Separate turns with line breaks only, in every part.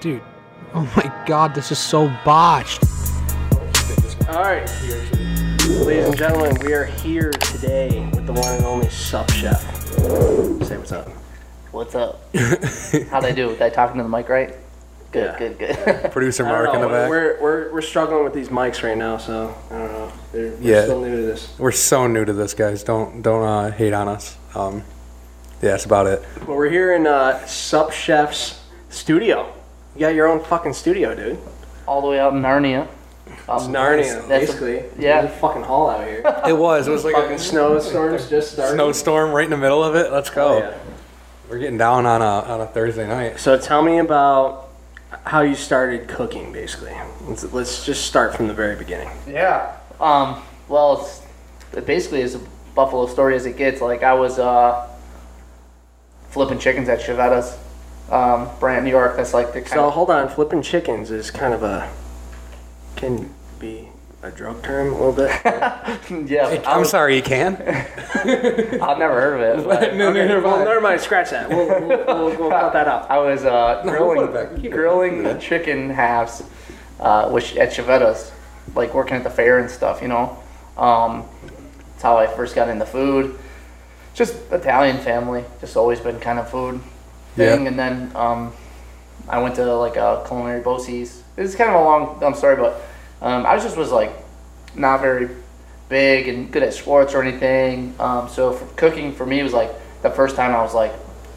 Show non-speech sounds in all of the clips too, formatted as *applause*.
Dude, oh my god, this is so botched.
All right, ladies and gentlemen, we are here today with the one and only Sup Chef. Say what's up.
What's up? How they do? Did I talking to the mic right? Good,
Yeah.
good, good. *laughs*
Producer
I don't
Mark in
know,
the back.
We're,
We're,
we're, we're struggling with these mics right now, so I don't know. They're, we're
Yeah.
still new to this.
so new to this, guys. Don't don't uh, hate on us. Um, yeah, that's about it.
But we're here in uh, Sup Chef's studio. You got your own fucking studio, dude.
All the way out in Narnia. Um,
Narnia,
that's a-
basically.
yeah.
There's a fucking hall out
*laughs*
here.
It was. It was like
fucking
a
snowstorms just started.
snowstorm right in the middle of it. Let's go.
Oh, yeah.
We're getting down on a on a Thursday night.
So tell me about how you started cooking, basically. Let's, let's just start from the very beginning.
Yeah. Um, well, it's, it basically is a Buffalo story as it gets. Like, I was uh, flipping chickens at Chevetta's, um, Brant, New York. That's like the kind
So
of.
hold on, flipping chickens is kind of a can be a drug term a little bit. *laughs*
*laughs* Yeah,
I'm sorry, you can.
I've never heard of it. but-
*laughs* No, neither have
well, *laughs*
I.
never mind. Scratch that. We'll, we'll, we'll, *laughs* we'll cut that out.
I was
*laughs*
uh,
we'll
grilling
put it back. Keep it.
grilling chicken halves, uh, which at Chevetta's, like working at the fair and stuff. You know, um, it's how I first got into food. Just Italian family, just always been kind of food thing.
Yeah.
And then um, I went to like a culinary BOCES. It's kind of a long dumb story, but um, I just was like not very big and good at sports or anything. Um, so for cooking for me was like the first time I was like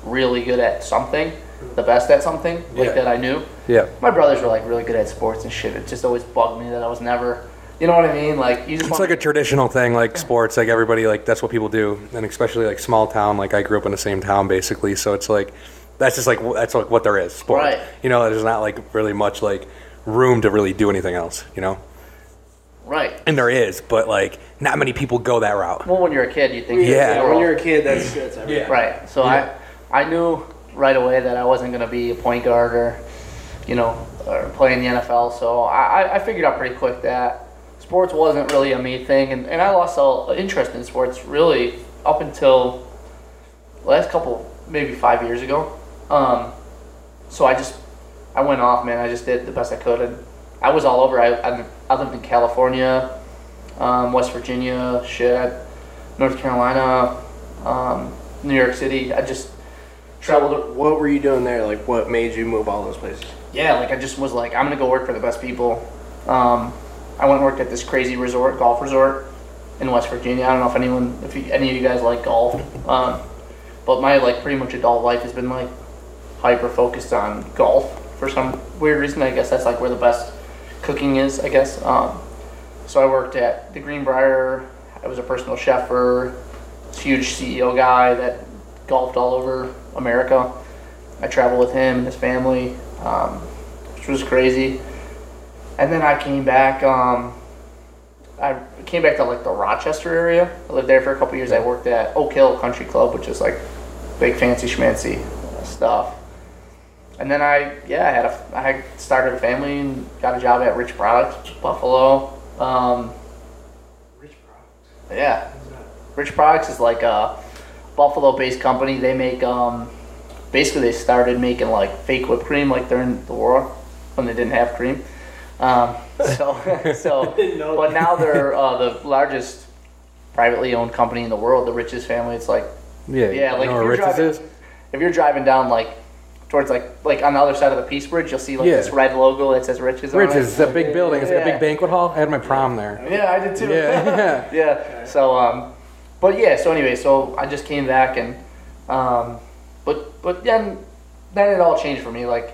really good at something, the best at something
Yeah.
like that I knew.
Yeah.
My brothers were like really good at sports and shit. It just always bugged me that I was never, you know what I mean? Like you just
It's
want-
like a traditional thing, like sports, like everybody, like that's what people do, and especially like small town. Like I grew up in the same town, basically, so it's like that's just like wh- that's like what there is. Sport,
Right.
you know, there's not like really much like room to really do anything else, you know.
right.
And there is, but like not many people go that route.
Well, when you're a kid, you think
Yeah.
you're
When you're a kid, that's that's everything.
Right. So
Yeah.
I, I knew right away that I wasn't going to be a point guard or, you know, or play in the NFL. So I, I- I figured out pretty quick that sports wasn't really a me thing, and, and I lost all interest in sports really up until last couple, maybe five years ago. Um, so I just, I went off, man. I just did the best I could, and I was all over. I, I, I lived in California, um, West Virginia, shit, North Carolina, um, New York City. I just traveled.
What were you doing there? Like, what made you move all those places?
Yeah, like I just was like, I'm gonna go work for the best people. Um, I went and worked at this crazy resort, golf resort, in West Virginia. I don't know if anyone, if you, any of you guys like golf, um, but my like pretty much adult life has been like hyper focused on golf for some weird reason. I guess that's like where the best cooking is. I guess. Um, so I worked at the Greenbrier. I was a personal chef for this huge CEO guy that golfed all over America. I traveled with him and his family, um, which was crazy. And then I came back. Um, I came back to like the Rochester area. I lived there for a couple years. I worked at Oak Hill Country Club, which is like big fancy schmancy stuff. And then I, yeah, I had a, I started a family and got a job at Rich Products, Buffalo. Um, Rich Products. Yeah, Rich Products is like a Buffalo-based company. They make, um, basically, they started making like fake whipped cream, like during the war when they didn't have cream. Um, so, *laughs* so, but now they're uh, the largest privately owned company in the world, the richest family. It's like
Yeah,
yeah, like
you know
if
where
you're
Ritz's
driving,
is?
if you're driving down like towards like like on the other side of the Peace Bridge, you'll see like
Yeah.
this red logo that says Riches. on it.
Ritz's is *laughs* that big building. It's like a
Yeah.
big banquet hall. I had my prom there.
Yeah, I did too. *laughs*
Yeah,
yeah. So um, but yeah. So anyway, so I just came back and um, but but then then it all changed for me. Like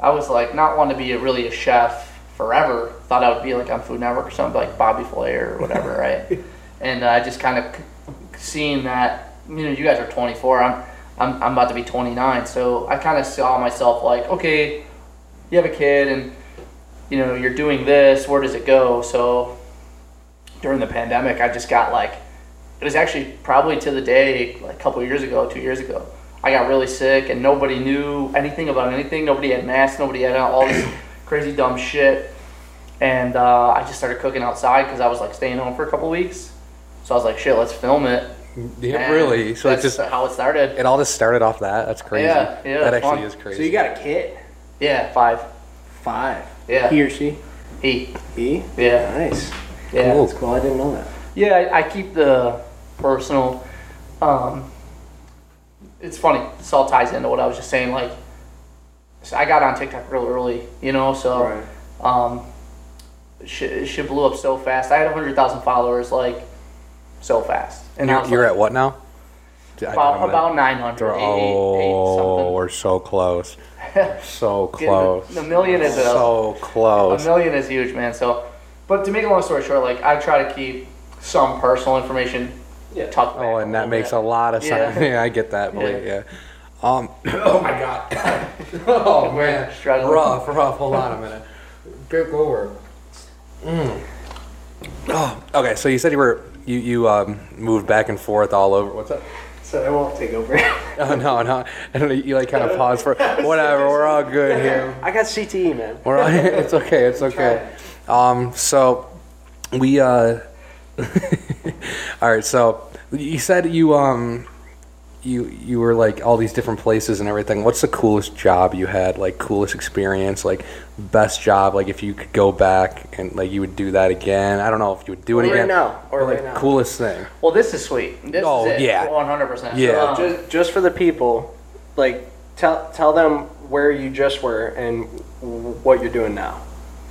I was like not wanting to be a, really a chef forever. Thought I would be like on Food Network or something like Bobby Flay or whatever, right? And uh, I just kind of c- seeing that you know you guys are 24. I'm I'm, I'm about to be 29, so I kind of saw myself like okay, you have a kid and you know you're doing this. Where does it go? So during the pandemic, I just got like, it was actually probably to the day, like a couple of years ago, two years ago, I got really sick and nobody knew anything about anything. Nobody had masks, nobody had all this *coughs* crazy dumb shit. And uh, I just started cooking outside because I was like staying home for a couple weeks. So I was like, shit, let's film it.
yeah,
And
really. So it
that's
just
how it started.
it all just started off that. That's crazy.
Yeah, yeah,
that
fun.
actually is
So
crazy.
So you got a kid.
Yeah, five.
Five.
Yeah.
He or she?
He.
He?
Yeah.
Nice.
Yeah.
Cool.
That's cool. I didn't know that.
Yeah, I, I keep the personal. Um, it's funny. This all ties into what I was just saying. Like, so I got on TikTok real early, you know. So,
Right.
um, shit, shit blew up so fast. I had hundred thousand followers, like, so fast. And I
You're,
was
you're
like,
at what now? D- I don't
about
know.
about nine hundred.
Oh, we're
*laughs*
so close. We're so close.
The, million is a
So
A
close.
million is huge, man. So, but to make a long story short, like I try to keep some personal information
Yeah.
tucked. back
Oh, and that
little
makes
bit.
a lot of sense.
Yeah.
Yeah, *laughs* I get that. Believe
Yeah.
yeah. Um. *coughs* Oh my *laughs* god. oh man.
struggling.
Rough, rough. Hold on a minute. Good Mm. over. Oh. Okay. So you said you were you you um moved back and forth all over. What's up? *laughs*
So I won't take over.
Oh no no. I don't know. You like kind of pause *laughs* for whatever. We're all good here.
*laughs* I got CTE, man.
We're all, *laughs* it's okay. It's okay. Um. So we uh. *laughs* all right. So you said you um. You, you were like all these different places and everything. What's the coolest job you had? Like coolest experience, like best job. Like if you could go back and like you would do that again. I don't know if you would do it
Or right
again.
now, or
but,
right
like
now.
coolest thing.
well, this is sweet. This
Oh,
is it.
yeah.
one hundred percent.
Yeah.
Um,
Just, just for the people, like tell tell them where you just were and what you're doing now,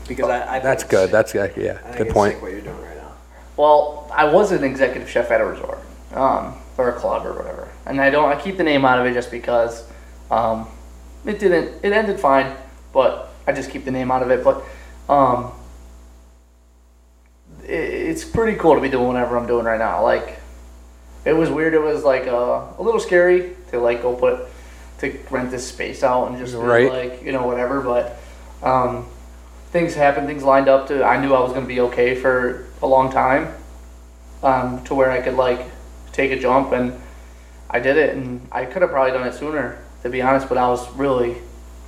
because I, I think
Oh, That's
it's
good.
sick.
That's uh, yeah.
I think
Good
it's
point.
sick what you're doing right now.
well, I was an executive chef at a resort, um, or a club or whatever, and I don't. I keep the name out of it just because, um, it didn't. It ended fine, but I just keep the name out of it. But, um, it, it's pretty cool to be doing whatever I'm doing right now. Like, it was weird. It was like uh, a, a little scary to like go put to rent this space out and just be,
Right.
like you know whatever. But um, things happened. Things lined up to. I knew I was gonna be okay for a long time. Um, to where I could like take a jump and I did it and I could have probably done it sooner to be honest. But I was really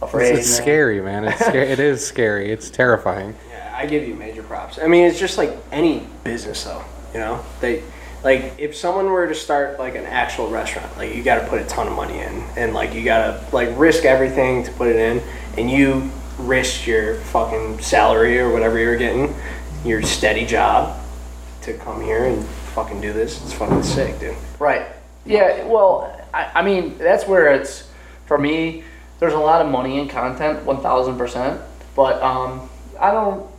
afraid.
It's, it's
man.
scary, man. It's scary. it is scary.
*laughs*
It's terrifying.
Yeah, I give you major props. I mean, it's just like any business, though. You know, they like if someone were to start like an actual restaurant, like you got to put a ton of money in, and like you got to like risk everything to put it in, and you risk your fucking salary or whatever you're getting, your steady job, to come here and fucking do this. It's fucking sick, dude.
Right. Yeah. Well, I, I mean, that's where it's for me. There's a lot of money in content, one thousand percent. But um, I don't.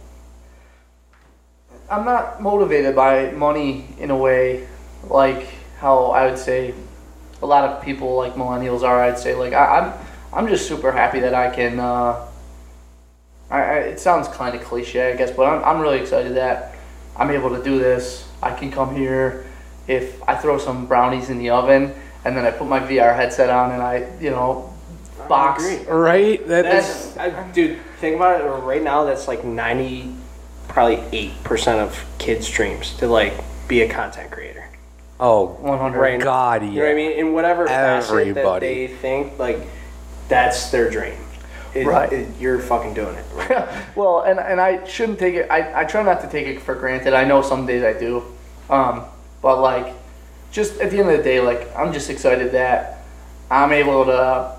I'm not motivated by money in a way like how I would say a lot of people like millennials are. I'd say like I, I'm. I'm just super happy that I can. Uh, I, I, it sounds kind of cliche, I guess, but I'm, I'm really excited that I'm able to do this. I can come here if I throw some brownies in the oven and then I put my VR headset on and I, you know, box.
agree.
Right? That is.
That's, I, dude, think about it. Right now, that's like ninety, probably eight percent of kids' dreams to like be a content creator.
Oh
100.
Right.
God, yeah.
You know what I mean? In whatever facet that
Everybody.
they think, like, that's their dream. It-
Right.
it- you're fucking doing it. Right?
*laughs* well, and, and I shouldn't take it. I, I try not to take it for granted. I know some days I do, um, but like, just at the end of the day, like I'm just excited that I'm able to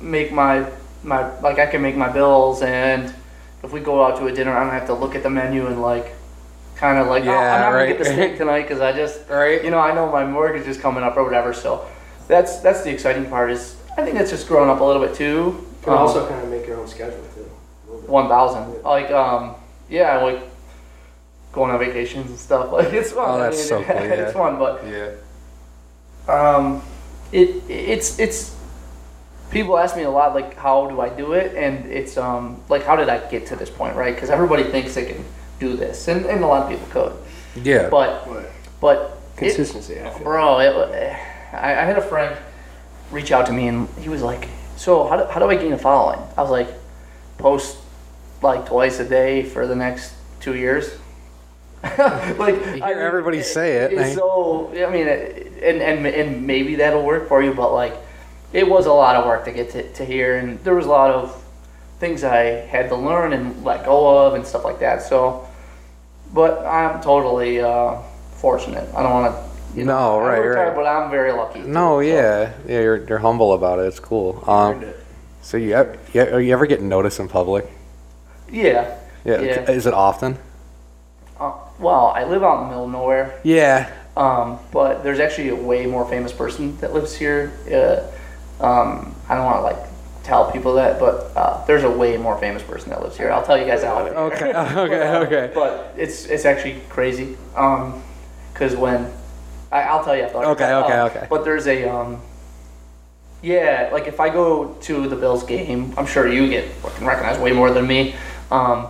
make my my like I can make my bills, and if we go out to a dinner, I don't have to look at the menu and like kind of like oh,
Yeah,
I'm not
right.
gonna get the
*laughs*
steak tonight because I just
Right.
you know I know my mortgage is coming up or whatever. So that's that's the exciting part is I think that's just growing up a little bit too. Um,
kind of make your own schedule, too.
one thousand. Like um, yeah, like going on vacations and stuff. *laughs* Like it's fun.
Oh, that's so cool,
*laughs* it's
yeah.
fun, but
Yeah.
um, it it's it's. People ask me a lot, like, how do I do it? And it's um, like, how did I get to this point, right? Because everybody thinks they can do this, and, and a lot of people could.
Yeah.
But but it-
Consistency, I feel.
Bro, it, I, I had a friend reach out to me and he was like, So, how do, how do I gain a following? I was like, Post like twice a day for the next two years. *laughs* like,
You
I
hear everybody say it,
It's
eh?
so, I mean, it- and, and, and maybe that'll work for you, but like, it was a lot of work to get to, to here and there was a lot of things I had to learn and let go of and stuff like that. So, but I'm totally uh, fortunate. I don't want to. You know,
No, right,
I'm retired,
right.
But I'm very lucky.
no, yeah. Yeah, you're, you're humble about it. It's cool. Um,
it.
So you ever, you ever you ever get noticed in public?
Yeah.
Yeah.
Yeah.
Is it often?
Uh, well, I live out in the middle of nowhere,
Yeah.
um, but there's actually a way more famous person that lives here. Uh, um, I don't want to like tell people that, but uh, there's a way more famous person that lives here. I'll tell you guys out. later.
Okay. *laughs* Okay. Okay.
But it's it's actually crazy. Um, cause when I, I'll tell you after.
Okay, okay,
Um,
okay.
But there's a um. Yeah, like if I go to the Bills game, I'm sure you get fucking recognized way more than me. Um,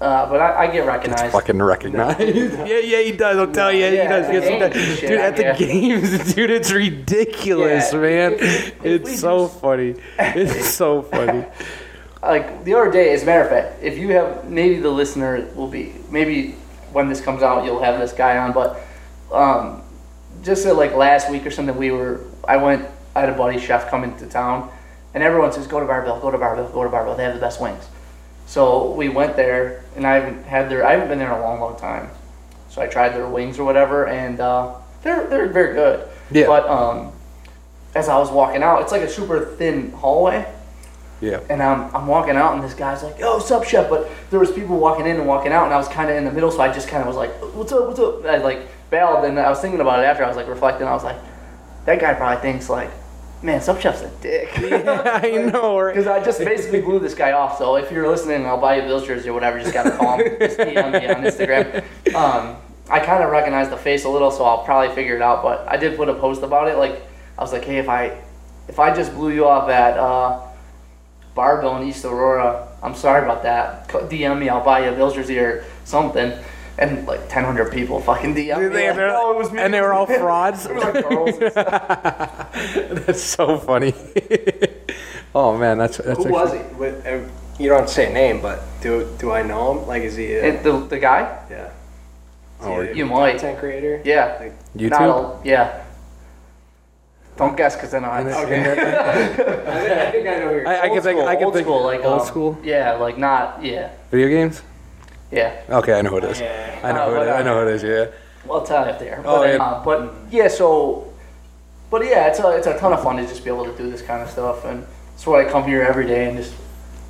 uh, but I, I get recognized.
Fucking recognized. *laughs* yeah, yeah, he does. I'll tell you,
Yeah,
he does
at
get
the
some.
games, shit,
dude, at the
yeah.
games, *laughs* dude, it's ridiculous,
Yeah,
man.
if- *laughs* if- if we
it's so funny. It's
*laughs*
so funny.
like the other day, as a matter of fact, if you have maybe the listener will be maybe when this comes out, you'll have this guy on. But um, just uh, like last week or something, we were I went I had a buddy chef come into town, and everyone says go to Barbell, go to Barbell, go to Barbell. They have the best wings. So we went there, and I haven't had their I haven't been there in a long, long time. So I tried their wings or whatever, and uh, they're they're very good.
Yeah.
But um, as I was walking out, it's like a super thin hallway
Yeah.
and I'm, I'm walking out and this guy's like yo what's up chef but there was people walking in and walking out and i was kind of in the middle so i just kind of was like what's up what's up And i like bailed and i was thinking about it after i was like reflecting i was like that guy probably thinks like man sub chef's a dick
I know, right?
because i just basically blew this guy off so if you're listening i'll buy you a bills jersey or whatever just gotta call him just DM me on instagram um, i kind of recognize the face a little so i'll probably figure it out but i did put a post about it like i was like hey if i if i just blew you off at uh, Barbell in East Aurora. I'm sorry about that. Co- DM me, I'll buy you a Bills jersey or something. And like 1,000 people fucking DM me.
Dude, they-
like,
they're-
"Oh, it was me."
and they were all *laughs* frauds.
It was like girls and stuff.
*laughs* That's so funny. *laughs* oh man, that's that's
Who
actually,
was he? With, uh, you don't have to say a name, but do do I know him? Like, is he? A,
And the, the guy?
yeah.
Oh,
Is he a
you might.
Content creator.
Yeah.
YouTube.
Not all- yeah. Don't guess because then I'll have
*laughs*
to
I think *laughs* I, think I know who you're.
I, I can
Old
think. I
school,
can
old
think.
school, like,
old
um,
school
Yeah, like not, yeah.
video games.
Yeah.
Okay, I know who it is.
Yeah.
I know
Uh,
who it is.
but, uh,
I know who it is. Yeah.
Well, I'll tell you there. But,
Oh, yeah.
Uh, but yeah, so, but yeah, it's a, it's a ton of fun to just be able to do this kind of stuff. And that's why I come here every day and just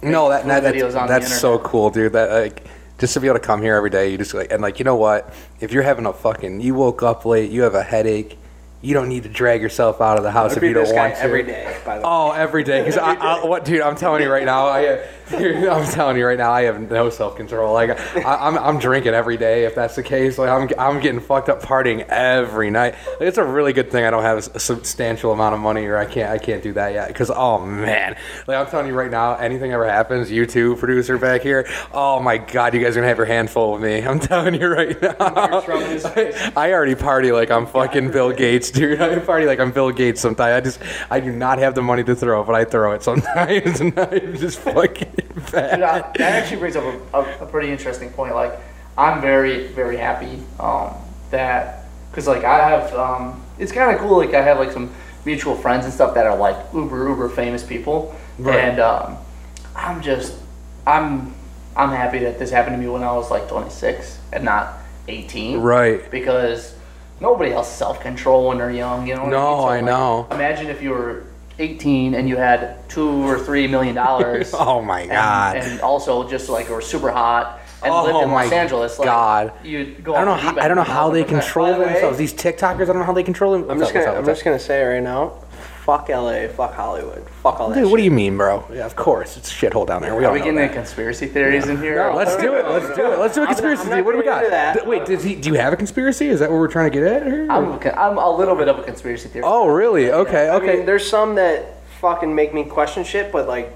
No, that,
full
that
videos
that's,
on the
that's so cool, dude. That like just to be able to come here every day, you just like and like you know what? If you're having a fucking, you woke up late, you have a headache, you don't need to drag yourself out of the house
I'd
if
be
you don't
this guy
want to.
every day. By the way.
Oh, every day. Because I, I, what, dude? I'm telling you right now. I, I'm telling you right now. I have no self control. Like, I, I'm, I'm drinking every day. If that's the case, like, I'm, I'm getting fucked up partying every night. Like, it's a really good thing I don't have a s- a substantial amount of money, or I can't, I can't do that yet. Because, oh man, like, I'm telling you right now, anything ever happens, you two producer back here. Oh my god, you guys are gonna have your handful with me. I'm *laughs* telling you right now. I, *laughs* I already party like I'm fucking Bill Gates, dude. I party like I'm Bill Gates sometimes. I just I do not have the money to throw, but I throw it sometimes, *laughs* and I'm just fucking
Dude, I- that
bad.
actually brings up a, a, a pretty interesting point. Like, I'm very, very happy um, that because like I have, um, it's kind of cool. Like I have like some mutual friends and stuff that are like uber uber famous people,
Right.
and um, I'm just, I'm, I'm happy that this happened to me when I was like 26 and not 18.
Right.
Because nobody has self control when they're young. You know. what
No, I
mean? So, like,
know.
Imagine if you were 18 and you had two or three million dollars
*laughs* Oh my god.
and, and also just like were super hot and
Oh
lived in
my
Los Angeles. Like,
God.
you go.
I don't know.
off of
How,
eBay
I don't know
and
how they
all that.
control
By the way-
themselves. These TikTokers. I don't know how they control them.
I'm
What's
just
up, what's
gonna.
up,
I'm
what's up?
just gonna say it right now. Fuck LA. Fuck Hollywood. Fuck all that.
Dude, what
shit.
do you mean, bro? Yeah, of course. It's a shithole down there. We
Are
all
we
know
getting
that.
into conspiracy theories in here?
No, let's do it.
no,
Let's
no.
do it. Let's do a
I'm not-
conspiracy.
I'm not
theory. what do we
gonna
got?
do that.
Th- Wait, does he, do you have a conspiracy? Is that what we're trying to get at? here?
I'm, a con- I'm a little bit of a conspiracy theorist.
oh, really? Okay,
I mean,
okay.
there's some that fucking make me question shit, but like,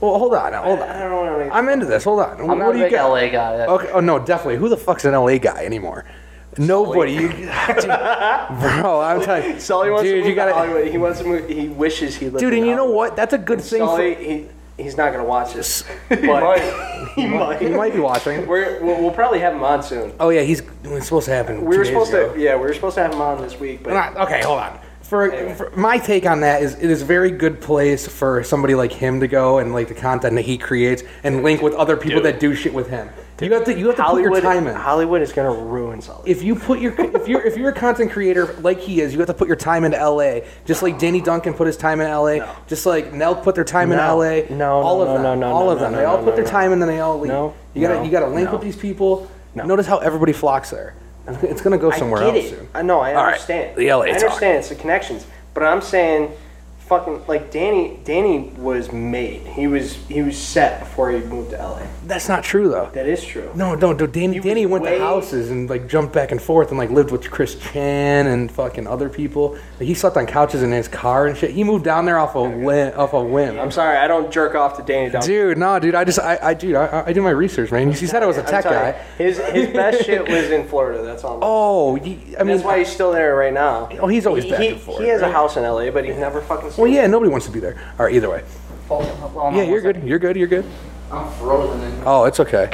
Well, hold on. Hold
I
on.
don't know. What I mean.
I'm into this. Hold on.
I'm
what
not a
do you
big
got?
LA guy. That,
Okay. Oh no, definitely. Who the fuck's an LA guy anymore?
*laughs*
Nobody. You, dude, bro, I'm telling you.
Sully wants
dude,
to move
you gotta,
to Hollywood. He wants to move. He wishes he lived.
Dude,
in
and you know
Hollywood.
what? That's a good thing. for-
Sully, he, he's not gonna watch
*laughs*
this. But he might. *laughs* he
he
might.
might be
*laughs*
watching.
We're, we'll, we'll probably have him on soon.
Oh yeah, he's it's supposed to happen.
We
two
were
days
supposed
ago.
to. Yeah, we were supposed to have him on this week, but
Not- okay, hold on. For, for my take on that is, it is a very good place for somebody like him to go and like the content that he creates and link with other people that do shit with him. You have to you have to
Hollywood,
put your time in.
Hollywood is gonna ruin something.
if you put your if you're if you're a content creator like he is, you have to put your time into LA. Just like Danny Duncan put his time in LA.
No.
Just like Nell put their time
No.
in LA.
No,
all
no,
of
no,
them.
no, no,
all
no,
of them.
no,
they
no,
all
no,
put their
no.
time and then they all leave.
No,
You gotta
no,
you gotta link
no.
with these people.
No.
Notice how everybody flocks there. It's gonna go somewhere
I get
else
it.
soon.
I know. I
All right,
understand.
the LA
I
talk.
understand. It's the connections, but I'm saying, fucking like Danny. Danny was made. He was he was set before he moved to LA.
That's not true though.
That is true.
No, no, no. Danny,
He was
Danny went
way-
to houses and like jumped back and forth and like lived with Chris Chan and fucking other people. Like, he slept on couches in his car and shit. He moved down there off a whim, off a whim.
I'm sorry. I don't jerk off to Danny Duncan.
Dude, no, dude. I just, I, I dude, I, I- I do my research, man. You said I was a
I'm
tech
telling
guy.
you, His his
*laughs*
best shit was in Florida. That's all. I'm
Oh, ye- I mean,
that's why he's still there right now.
oh, he's always
he,
back
he,
and forth.
he has
right?
a house in LA, but he's never fucking.
Well,
seen
yeah, nobody wants to be there. All right, either way.
Hold on, hold on
Oh,
Yeah,
one
you're
second.
good. You're good. You're good.
I'm frozen in.
Oh, it's okay.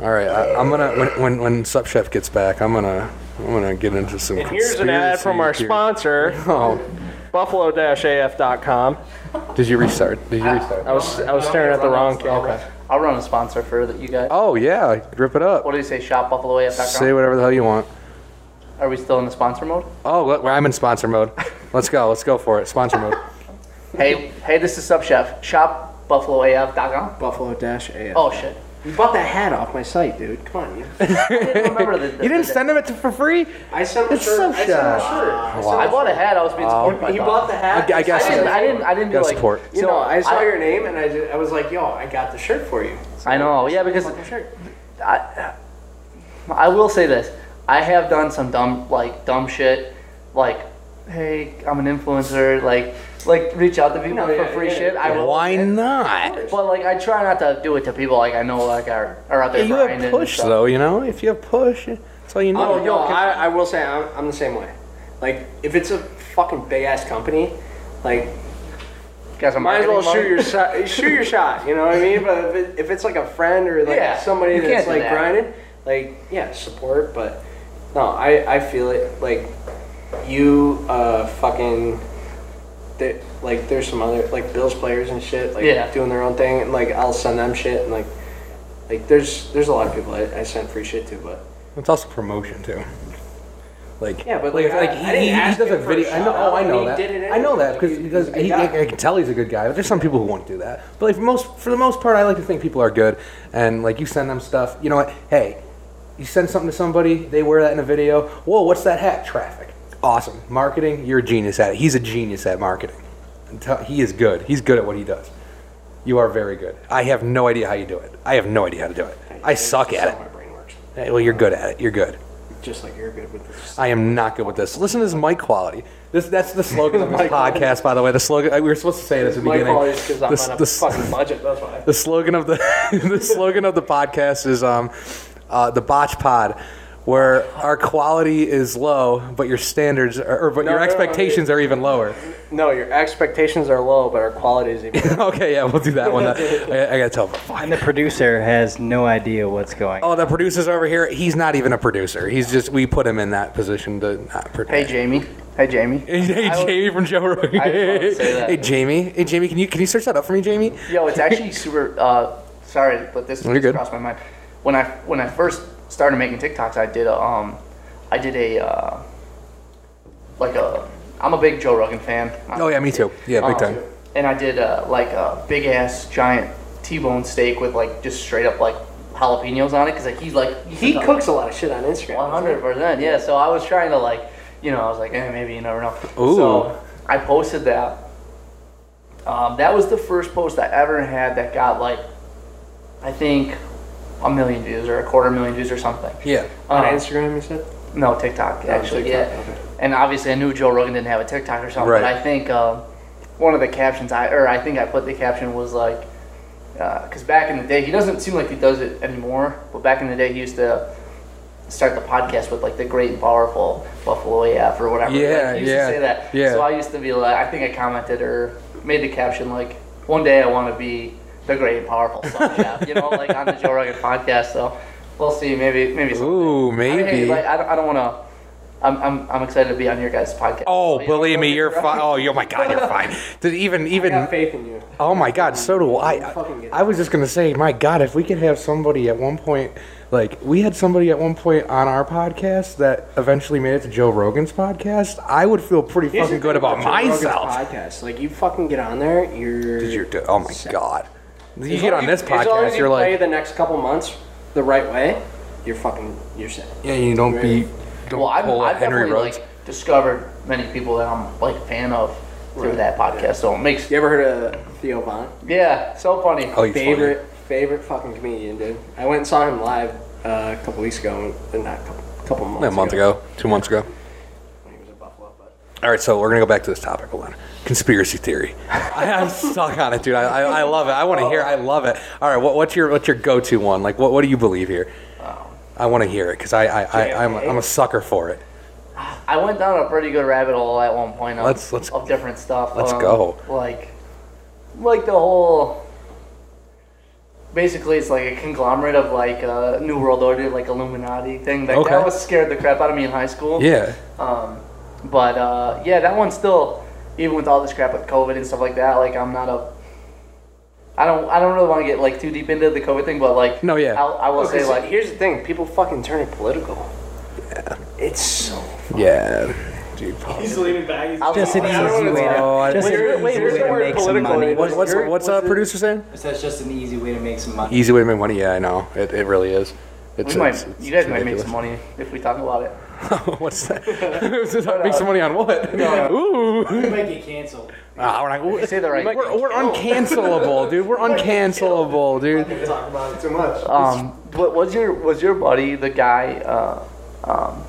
All right, I, I'm gonna when when when Sup Chef gets back, I'm gonna I'm gonna get into some.
it. And here's an ad from our
conspiracy Oh,
sponsor,
theory.
buffalo-af.com.
Oh, did you restart? Did you restart?
I was I was staring at the wrong camera.
I'll run a sponsor for that you guys.
Oh yeah, rip it up.
What do you say? Shop buffaloaf.com.
Say whatever the hell you want.
Are we still in the sponsor mode?
Oh, look, I'm in sponsor mode. Let's go. Let's go for it. Sponsor mode.
Hey, hey, this is Sub Chef. Shop buffaloaf.com.
Buffalo Dash AF.
Oh shit!
you bought that hat off my site, dude. Come on, you.
I didn't remember the, the,
*laughs* *laughs* You didn't
the-
send him it to- for free.
I sent him a
It's
shirt.
so
I sent him a
shy.
shirt. I sent
I
him a
bought a hat. I was being
Oh
supported by
shirt. You
Bob.
bought the hat.
I- I guess
I
sent him
didn't.
a
I
shirt.
didn't. I didn't do
Gotta
like.
support.
You know, I saw
I-
your name and I just, I was like, yo, I got the shirt for you.
I know. Yeah, because
Fucking shirt.
I, I will say this. I have done some dumb, like dumb shit, like, hey, I'm an influencer, like, like reach out to people
No,
for
yeah,
free
yeah,
shit. I will.
Why not?
But like, I try not to do it to people like I know like are are out there.
You
grinding
have
and
push
stuff.
though, you know. If you have push, that's all you need.
Oh,
yo,
no,
can-
I, I will say I'm, I'm the same way. Like, if it's a fucking big ass company, like,
Guys, I'm
might as well shoot
marketing *laughs*
your shot. Shoot your shot. You know what I mean? But if, it, if it's like a friend or like
Yeah,
somebody
you can't
that's
do
like
that.
grinding, like yeah, support. But no, I I feel it. Like you uh fucking. They, like there's some other like Bills players and shit like
Yeah.
doing their own thing and like I'll send them shit and like like there's there's a lot of people I, I send free shit to but
It's also promotion too. Like
Yeah, but,
like,
like,
like
I-
he,
I didn't
he- he
ask
does a
him for a
video. I know.
shout-out,
Oh, I know
and
that.
he did it
I know that
anyway.
because
He-
because
he's a
he,
guy.
I, I can tell he's a good guy. But there's some people who won't do that. But like for most for the most part, I like to think people are good. And like you send them stuff. You know what? Hey, you send something to somebody. They wear that in a video. Whoa, what's that hat? Traffic. Awesome. Marketing. You're a genius at it. He's a genius at marketing. And tell- He is good. He's good at what he does. You are very good. I have no idea how you do it. I have no idea how to do it. I suck
that's
at
how
it.
my brain works
Hey, well, you're good at it. You're good.
just like you're good with this
I am not good with this. Listen to this mic quality. This that's the
*laughs*
slogan of this podcast, by the way. The slogan uh, we were supposed to say it at the
my
beginning.
quality is because I'm
This-
on a
this-
fucking budget that's why
*laughs* the slogan of the *laughs* the slogan of the podcast is um, uh, the Botch Pod, where our quality is low, but your standards are, or but
No,
your
no, no,
expectations are even lower. *laughs*
No, your expectations are low, but our quality is even.
okay, yeah, we'll do that one. I, I gotta tell. Fuck.
And the producer has no idea what's going. on.
Oh, the producer's over here. He's not even a producer. He's just we put him in that position to not produce.
Hey Jamie. Hey Jamie.
Hey, hey,
I would-
Jamie from Joe Rogan.
I just wanted to say that.
Hey Jamie. Hey Jamie, can you can you search that up for me, Jamie?
Yo, it's
*laughs*
actually super. Uh, sorry, but this
You're good.
crossed my mind. When I when I first started making TikToks, I did a um, I did a uh, like a. I'm a big Joe Rogan fan.
Oh yeah, me too. Yeah, big
Um,
time.
And I did uh, like a big ass giant T-bone steak with like just straight up like jalapenos on it because like he's like
He cooks a lot of shit on Instagram.
One hundred percent, yeah. So I was trying to like, you know, I was like, eh, maybe you never know.
Ooh.
So I posted that. Um, that was the first post I ever had that got like, I think, a million views or a quarter million views or something.
Yeah.
On
Um,
Instagram, you said?
no, TikTok
Oh,
actually.
TikTok,
yeah.
okay.
And obviously, I knew Joe Rogan didn't have a TikTok or something.
Right.
But I think um, one of the captions I or I think I put the caption was like, because back in the day, he doesn't seem like he does it anymore. But back in the day, he used to start the podcast with like the great and powerful Buffalo AF or whatever.
Yeah,
Like, he used
yeah,
to say that.
yeah.
So I used to be like, I think I commented or made the caption like, one day I want to be the great and powerful
*laughs*
Sub Chef, you know, like on the Joe Rogan podcast. So we'll see. Maybe maybe someday.
Ooh,
I mean, hey,
maybe.
like, I don't, I don't want to I'm, I'm, I'm excited to be on your guys' podcast.
Oh,
yeah.
believe me, you're fine. Oh, you- oh my God, you're fine. Did even even.
I got faith in you.
Oh my God, so do I.
Fucking get
I was just gonna say, my God, if we could have somebody at one point, like we had somebody at one point on our podcast that eventually made it to Joe Rogan's podcast, I would feel pretty
Here's the
fucking good
thing
about
Joe Rogan's
myself.
Podcast, like you fucking get on there, you're.
You're do- oh my God, you get on this
As long as
podcast,
you
you're
play
like,
the next couple months the right way, you're fucking, you're set.
yeah, you don't be. Don't
Well, I've,
pull a
I've
Henry
definitely
Rhodes.
like discovered many people that I'm like a fan of through that podcast. So it makes
You ever heard of Theo Vaughn?
yeah, so funny.
oh, he's funny.
favorite favorite fucking comedian, dude. I went and saw him live uh, a couple weeks ago, and not a couple, couple months.
A month ago, two months ago.
When he was in Buffalo, but
All right, so we're gonna go back to this topic. Hold on, conspiracy theory. *laughs* I, I'm stuck on it, dude. I, I, I love it. I want to hear. I love it. All right, what, what's your what's your go-to one? Like, what, what do you believe here? I want to hear it because I, I, I I'm, I'm a sucker for it.
I went down a pretty good rabbit hole at one point. Of,
Let's- let's-
of different stuff. um,
let's go.
Like, like the whole. Basically, it's like a conglomerate of like uh, New World Order, like Illuminati thing. Like,
Okay.
That was scared the crap out of me in high school.
Yeah,
Um, but uh, yeah, that one's still even with all this crap with COVID and stuff like that. Like I'm not a. I don't. I don't really want to get like too deep into the COVID thing, but like.
No, yeah.
I'll, I will say
Because
like
here's the thing: people fucking turn it political. Yeah, it's so.
yeah, dude.
He's leaning back.
I'll-
Just an
I don't
easy
know
way
Oh, I-
to, just
Wait,
an
wait,
easy
where's
way
the
to
word
make some
political
money.
in it?
What's what's,
You're-
what's
what's
uh,
the-
producer saying?
It says just an easy way to make some money.
Easy way to make money. Yeah, I know. It, it really is. It's,
We might,
it's- it's
you guys might make some money
ridiculous.
if we talk about it.
*laughs*
*laughs*
what's that? *laughs* make some money on what? Ooh.
might get canceled.
Ah, we're not-
You say the right. Oh.
We're, we're uncancelable, dude. We're
*laughs*
uncancelable, dude.
Talk about it too much.
Um, what was your was your buddy the guy uh, um,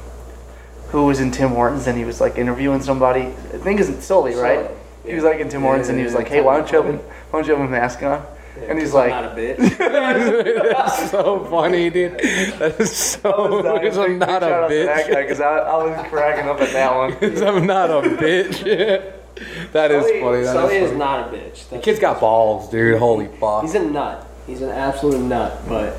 who was in Tim Hortons and he was like interviewing somebody? I think it's Sully, right?
Sully,
He was like in Tim Hortons and he was like, "Hey, why don't you have a, why don't you have a mask on?" and he's like,
not a bitch.
*laughs* That's so funny, dude. That
*laughs*
is so. Because I'm not a bitch.
Because I, I was cracking up at that
*laughs*
one.
'Cause I'm not a bitch. *laughs* that is funny. That
Sully
is
is
funny.
not a bitch.
The kid's got balls, dude. Holy fuck.
He's a nut. He's an absolute nut, but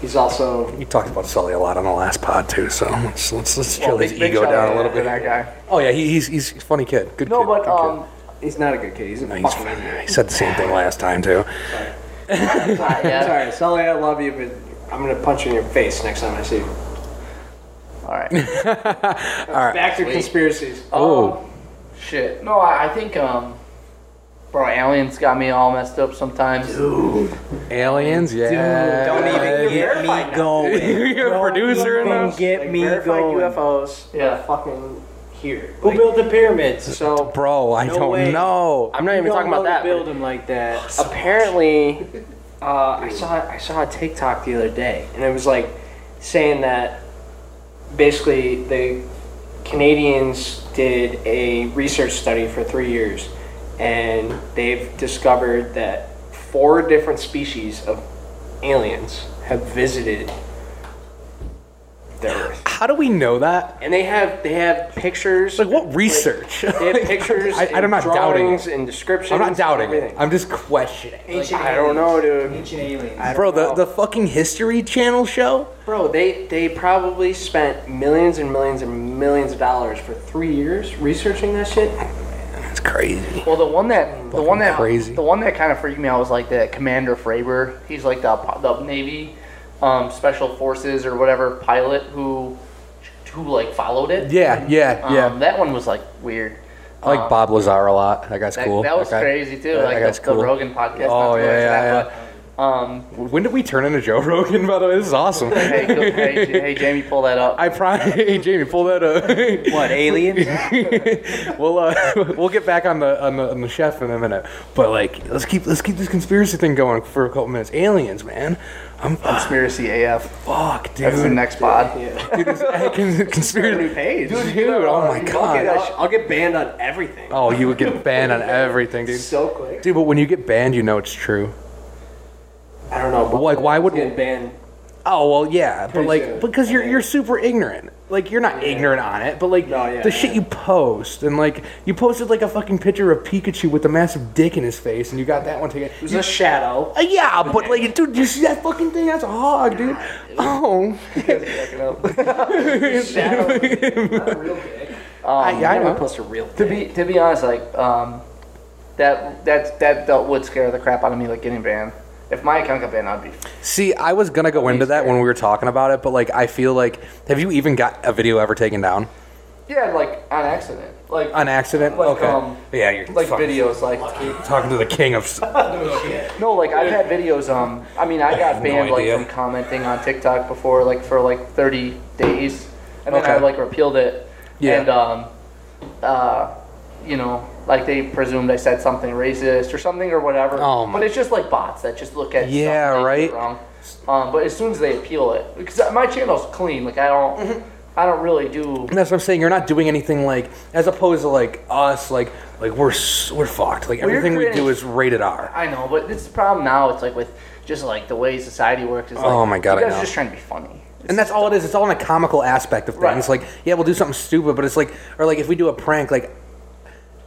he's also.
We talked about Sully a lot on the last pod too, so let's let's, let's chill
Well,
his
Oh, big- big
ego
shout
down
out
a little
to
bit.
That *laughs* guy.
Oh yeah, he, he's he's a funny kid. Good
No,
kid.
but
good
um,
He's not a good kid. He's a
kid. He's
fucking
funny.
idiot.
He said the same thing last
*laughs*
time too.
Uh, yeah.
Sorry, Sully, I love you, but I'm gonna punch you in your face next time I see you.
All right. Um,
Back to conspiracies.
*laughs* Oh,
Shit. No, I, I think um, bro, aliens got me all messed up sometimes.
aliens, yeah.
Don't even get me
*laughs*
going.
You're a producer in
Don't
us.
even get
Like,
me
verified
going.
UFOs
Yeah.
are fucking here.
Who
Like,
built the pyramids?
so
Bro, I
No
don't
way.
know.
I'm not even
You
talking
don't
about
know to
that.
Build
but
them like that.
Apparently, uh, I saw I saw a TikTok the other day, and it was like saying that basically the Canadians did a research study for three years, and they've discovered that four different species of aliens have visited the Earth.
How do we know that?
and they have they have pictures.
Like what research? *laughs*
They have pictures.
I-
and
I'm not doubting
drawings
it.
and descriptions.
I'm not doubting
and
it.
everything.
I'm just questioning.
Ancient
I don't know,
aliens.
dude.
Ancient aliens.
I don't
Bro, the,
know.
the fucking History Channel show?
bro, they they probably spent millions and millions and millions of dollars for three years researching that shit.
That's crazy.
Well, the one that the one that
crazy.
the one that kind of freaked me out was like the Commander Fravor. He's like the the Navy um, Special Forces or whatever pilot who who like followed it.
Yeah, yeah,
Um,
yeah.
That one was like weird.
I like Bob Lazar a lot. That guy's
That,
cool.
that was
guy-
crazy too.
that-
like
that
the,
guy's cool.
the Rogan podcast. not
Oh
too
yeah,
much of
yeah,
that,
yeah.
but, Um,
When did we turn into Joe Rogan? By the way, this is awesome.
hey, go- hey, *laughs* J- hey, Jamie, pull that up.
I probably *laughs* hey Jamie, pull that up. *laughs*
What aliens?
*laughs*
we'll uh, *laughs* we'll get back on the, on the on the chef in a minute. But like, let's keep let's keep this conspiracy thing going for a couple minutes. Aliens, man. I'm
Conspiracy AF.
fuck, dude.
That's the next pod.
Dude,
*laughs*
this- hey, con- conspiracy
page.
dude. oh my
Dude,
god.
I'll, I'll get banned on everything.
Oh, you would get banned on everything, dude.
So quick.
Dude, but when you get banned, you know it's true.
I don't know. But
Like, why would-
get banned?
Oh well, yeah, but
Pretty
like
sure.
because you're you're super ignorant. Like you're not ignorant on it, but like
No, yeah,
the shit
yeah.
you post and like you posted like a fucking picture of Pikachu with a massive dick in his face, and you got that one taken.
It was a shadow.
Uh, yeah, but like, dude, you see that fucking thing? That's a hog, dude. Oh,
Um,
*laughs* I, I know.
Plus a real.
To be to be honest, like um, that that that that would scare the crap out of me, like getting banned. If my account got banned, I'd be.
See, I was gonna go into that when we were talking about it, but like, I feel like, have you even got a video ever taken down
Yeah, like on accident, like
on accident?
Like,
okay,
um,
yeah, you're
like
fucking
videos, like
talking to the king of.
no, like I've had videos. Um, I mean, I got
*laughs* no
banned like
idea.
from commenting on TikTok before, like for like 30 days, and then I
Okay.
like repealed it.
Yeah.
And um, uh, you know, like they presumed I said something racist or something or whatever.
Oh, my-
but it's just like bots that just look at
Yeah,
something
right.
wrong. Um, but as soon as they appeal it, because my channel's clean, like I
Mm-hmm.
don't, I don't really do.
And that's what I'm saying. You're not doing anything like, as opposed to like us, like like we're s- we're fucked. Like
Well, you're
everything we do
creating-
is rated R.
I know, but it's the problem now. It's like with just like the way society works. Is like,
Oh my God,
you
I
guys are
know.
just trying to be funny.
And that's all it is. It's all in a comical aspect of
Right.
things. Like yeah, we'll do something stupid, but it's like or like if we do a prank, like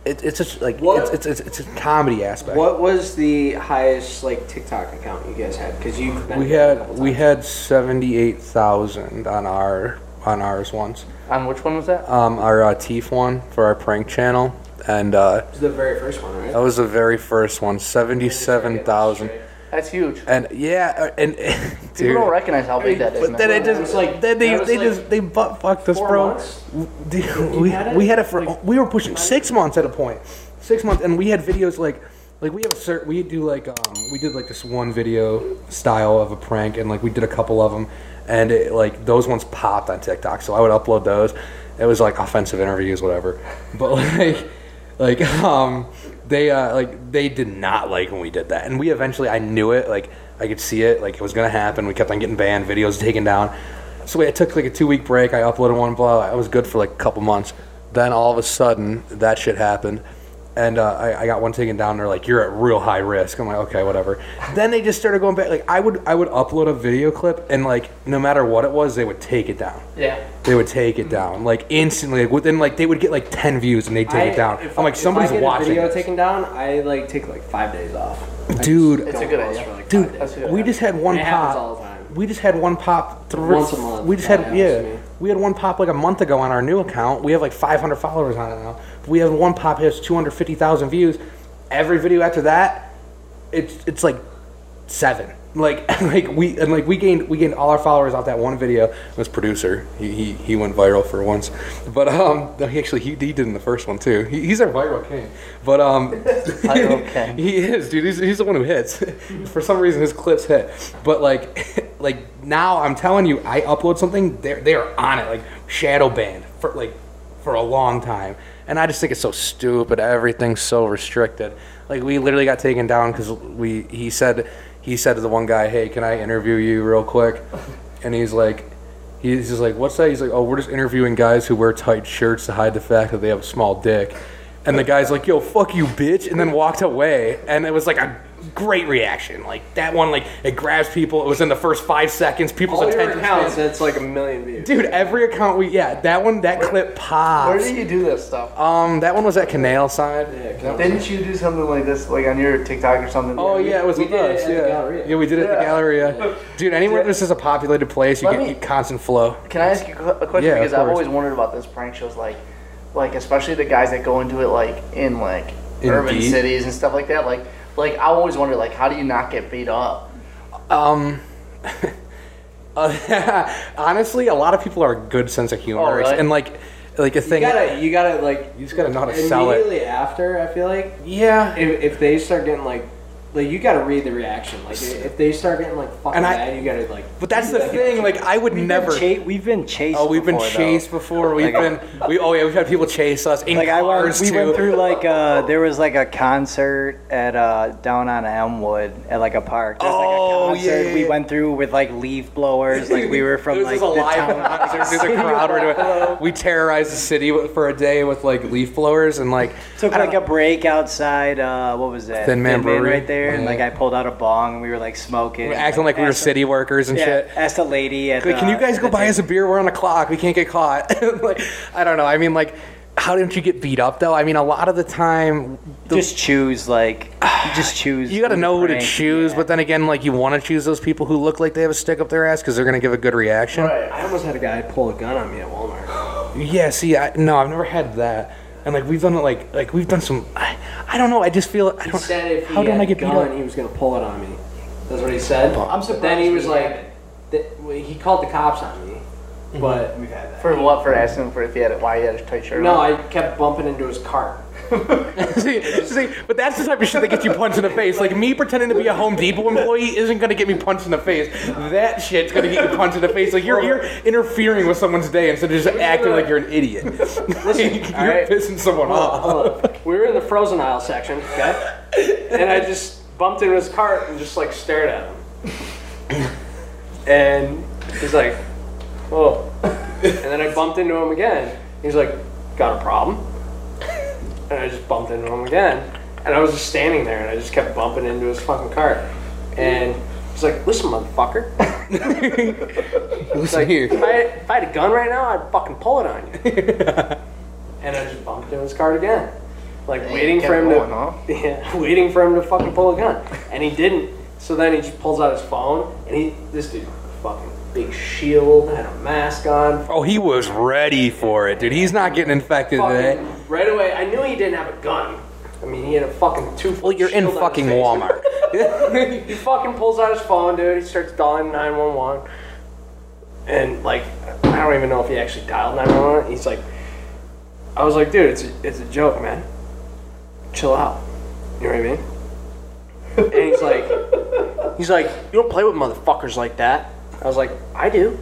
it, it's just like
What-
it's, it's it's it's a comedy aspect.
What was the highest like TikTok account you guys had? Because you
We had we had seventy eight thousand on our on ours once.
On which one was that?
Um, our uh, Teef one for our prank channel, and uh,
the very first one, right?
that was the very first one. Seventy seven thousand.
That's huge.
And yeah, and *laughs* dude.
People don't recognize how big that is.
But
man.
then it
That
just
was
like
like-
then they
that was
they
like
just they butt fucked us,
four
bro.
months?
Dude, we
had it?
we had it for we were pushing six months at a point, six months, and we had videos like like we have a cert we do like um we did like this one video style of a prank and like we did a couple of them, and it, like those ones popped on TikTok, so I would upload those. It was like offensive interviews, whatever, but *laughs* like like *laughs* um they uh like they did not like when we did that and we eventually i knew it like i could see it like it was gonna happen we kept on getting banned videos taken down so i took like a two week break i uploaded one blah i was good for like a couple months then all of a sudden that shit happened and uh, I, I got one taken down. They're like, "You're at real high risk." I'm like, "Okay, whatever." Then they just started going back. Like, I would, I would upload a video clip, and like, no matter what it was, they would take it down
*laughs* yeah.
they would take it down like instantly like within like they would get like 10 views and they would take
I-
it down
if
i'm like
I-
somebody's
if I get
watching
A video
this."
taken down. I like take like five days off.
dude
It's a
Don't
good
post
idea.
for, like,
dude
five days.
That's-
we just had one
It happens all
pop
the time.
we just had one pop thr-
Once a month,
we just
that
had
happens to
yeah
me.
we had one pop like a month ago on our new account we have like 500 followers on it now we have one pop has 250000 views every video after that it's it's like seven *laughs* like like we and like we gained we gained all our followers off that one video this producer he he, he went viral for once but um no, he actually he, he did in the first one too he, he's our viral king but um
*laughs*
Viral king.
*laughs* he is dude he's, he's the one who hits *laughs* for some reason his clips hit but like *laughs* like now i'm telling you i upload something they're they're on it like shadow banned for like for a long time and i just think it's so stupid everything's so restricted like we literally got taken down because we he said he said to the one guy hey can i interview you real quick and he's like He's just like, what's that? He's like, oh, we're just interviewing guys who wear tight shirts to hide the fact that they have a small dick. And the guy's like, yo, fuck you, bitch, and then walked away. And it was like a great reaction. Like that one, like it grabs people. It was in the first five seconds. People's
All your
attention.
accounts, that's like a million views.
Dude, every account we yeah, that one, that clip
Where
pops.
did you do this stuff?
Um, that one was at Canal Side.
Didn't you do something like this, like on your TikTok or something?
Oh yeah, it was
we
with
did it
us.
at the
yeah,
Galleria.
yeah, we did it at the
*laughs*
Yeah.
Galleria. Dude, anywhere this is a populated place, you
Let
get
me-
constant flow.
Can I ask you a question?
Yeah, of
because I've
course.
always wondered about those prank shows, like, like especially the guys that go into it, like in like
In
urban
deep?
cities and stuff like that. Like, like I always wonder, like, how do you not get beat up?
Um, uh, *laughs* honestly, a lot of people are good sense of humor,
Oh, really?
and like, like a
You
thing.
gotta, you gotta like.
you just gotta know how to sell it.
Immediately after, I feel like
Yeah,
if, if they start getting like, like you gotta read the reaction. Like if they start getting like fucking
And I-
mad, you gotta like.
but that's the thing. Like, I would never.
Cha- we've been chased.
Oh, we've been
before, though.
chased before. We've
Like-
been. We oh yeah, we've had people chase us in
Like I went,
cars
we
too.
went
*laughs*
through like uh there was like a concert at uh down on Elmwood at like a park. There was,
Oh,
like a concert
yeah,
we
yeah.
went through with like leaf blowers. Like we were from
This
like
is a
the
live *laughs*
town.
concert. There's a crowd.
*laughs*
We're doing- We terrorized the city for a day with like leaf blowers and like
Took
I don't
like a break outside. Uh, what was that?
Thin Man Brewery.
right there. there, and like I pulled out a bong, and we were like smoking,
We're acting like we were
asked-
city workers and
Yeah,
shit.
asked a lady at.
Like, can
the-
you guys go
the
buy us a
table.
beer? We're on a clock. We can't get caught. *laughs* like, I don't know. I mean, like, how didn't you get beat up though? I mean, a lot of the time,
*sighs*
the,
Just choose like, you just
*sighs*
choose.
you got to know who to
prank.
choose. But then again, like, you want to choose those people who look like they have a stick up their ass because they're gonna give a good reaction.
I almost had a guy pull a gun on me at Walmart.
Yeah. See, I, no, I've never had that. And like, we've done it. Like, like we've done some. I, I don't know. I just feel. I
He
don't.
said if he
how don't
had
I
a
get beat
gun,
up?
he was gonna pull it on me. That's what he said.
Oh, I'm
But Then he
surprised
was
we
like,
haven't.
th- well, he called the cops on me,
Mm-hmm.
but we've had that.
For what? For asking for if he had it? Why he had a tight shirt?
No,
on.
I kept bumping into his cart.
*laughs* see, see, but that's the type of shit that gets you punched in the face. Like me pretending to be a Home Depot employee isn't gonna get me punched in the face. That shit's gonna get you punched in the face. Like you're, you're interfering with someone's day instead of just acting like you're an idiot. *laughs* you're
alright.
pissing someone off.
Hold on. "Oh, we were in the frozen aisle section, okay? And I just bumped into his cart and just like stared at him. And he's like, "Whoa!" And then I bumped into him again. He's like, "Got a problem?" And I just bumped into him again. And I was just standing there, and I just kept bumping into his fucking cart. And he's like, "Listen, motherfucker."
Listen
If I, if I had a gun right now, I'd fucking pull it on
*laughs*
you. and I just bumped into his card again, like waiting for
kept
him
going,
to,
huh?
*laughs* yeah, waiting for him to fucking pull a gun, and he didn't. So then he just pulls out his phone, and he, this dude, fucking big shield, had a mask on,
Oh, he was ready for it, dude. He's not getting infected today.
fucking right away. I knew he didn't have a gun. I mean, he had a fucking two.
Well, you're in fucking Walmart.
*laughs* he fucking pulls out his phone, dude. He starts dialing 911. And, like, I don't even know if he actually dialed 911. He's like, I was like, dude, it's a, it's a joke, man. Chill out. You know what I mean? And he's like, he's like, you don't play with motherfuckers like that. I was like, I do.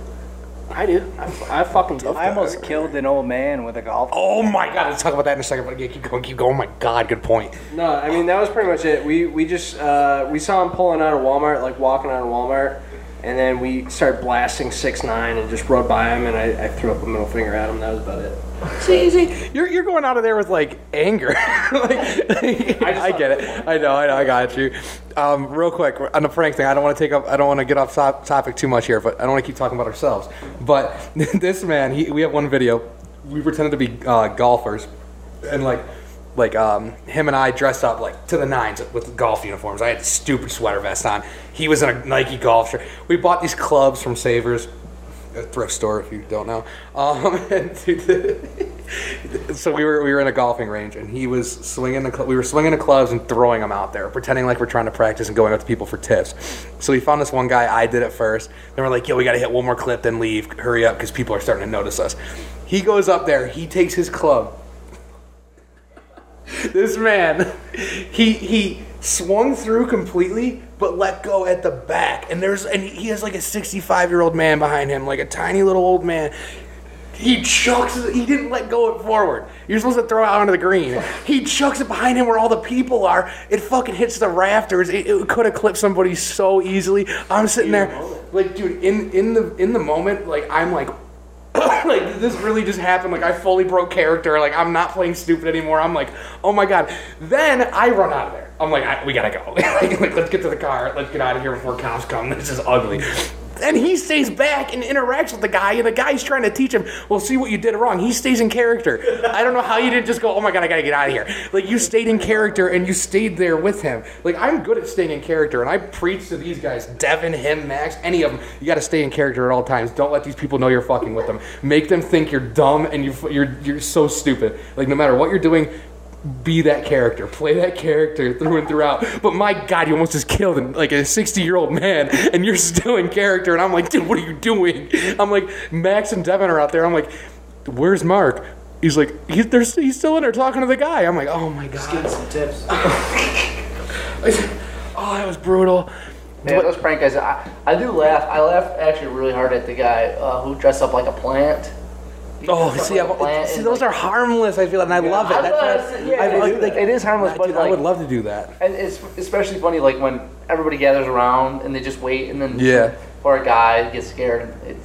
I do. I, I fucking do.
I almost killed an old man with a golf.
Oh my god, let's talk about that in a second. But yeah, keep going, keep going. Oh my god, good point.
No, I mean that was pretty much it. We we just uh, we saw him pulling out of Walmart, like walking out of Walmart, and then we started blasting six nine and just rode by him, and I, I threw up a middle finger at him. That was about it.
See, see, you're, you're going out of there with like anger. *laughs* like, I, get it. I know. I know. I got you. Um, real quick on the prank thing, I don't want to take up. I don't want to get off top, topic too much here, but I don't want to keep talking about ourselves. But *laughs* this man, he, we have one video. We pretended to be uh, golfers, and like, like um, him and I dressed up like to the nines with golf uniforms. I had a stupid sweater vest on. He was in a Nike golf shirt. We bought these clubs from Savers a thrift store if you don't know. Um, *laughs* and dude, so we were we were in a golfing range, and he was swinging the cl- we were swinging the clubs and throwing them out there, pretending like we're trying to practice and going up to people for tips. So we found this one guy. I did it first. Then we're like, yo, we got to hit one more clip, then leave. Hurry up, because people are starting to notice us. He goes up there. He takes his club *laughs* this man, *laughs* he he swung through completely, but let go at the back. And there's and he has like a 65 year old man behind him, like a tiny little old man. He chucks. it- He didn't let go it forward. You're supposed to throw it out onto the green. He chucks it behind him where all the people are. It fucking hits the rafters. It, it could have clipped somebody so easily. I'm sitting there, like, dude, in in the in the moment, like, I'm like, *coughs* like this really just happened. Like I fully broke character. Like I'm not playing stupid anymore. I'm like, oh my god. Then I run out of there. I'm like, I, we gotta go. *laughs* like, like, let's get to the car. Let's get out of here before cops come. This is ugly. And he stays back and interacts with the guy, and the guy's trying to teach him, well, see what you did wrong. He stays in character. I don't know how you didn't just go, oh my god, I gotta get out of here. Like, you stayed in character and you stayed there with him. Like, I'm good at staying in character, and I preach to these guys, Devin, him, Max, any of them, you gotta stay in character at all times. Don't let these people know you're fucking with them. Make them think you're dumb and you're, you're, you're so stupid. Like, no matter what you're doing, be that character, play that character through and throughout. But my God, you almost just killed an, like a 60 year old man, and you're still in character. And I'm like, dude, what are you doing? I'm like, Max and Devin are out there. I'm like, where's Mark? He's like, he's, there's, he's still in there talking to the guy. I'm like, oh my God.
some tips.
*laughs* Oh, that was brutal.
Yeah, those prank guys. I, I do laugh. I laugh actually really hard at the guy uh, who dressed up like a plant. He
Oh,
dressed up
see,
like a
I,
plant
see,
and,
those
like-
are harmless. I feel, and I love it.
I
That's
love
what
it. Yeah,
I-
they
like-
do
like-
that. It is harmless,
Dude,
but,
I would
like-
love to do that.
And it's especially funny like when everybody gathers around and they just wait and then
Yeah.
or a guy gets scared. It, it,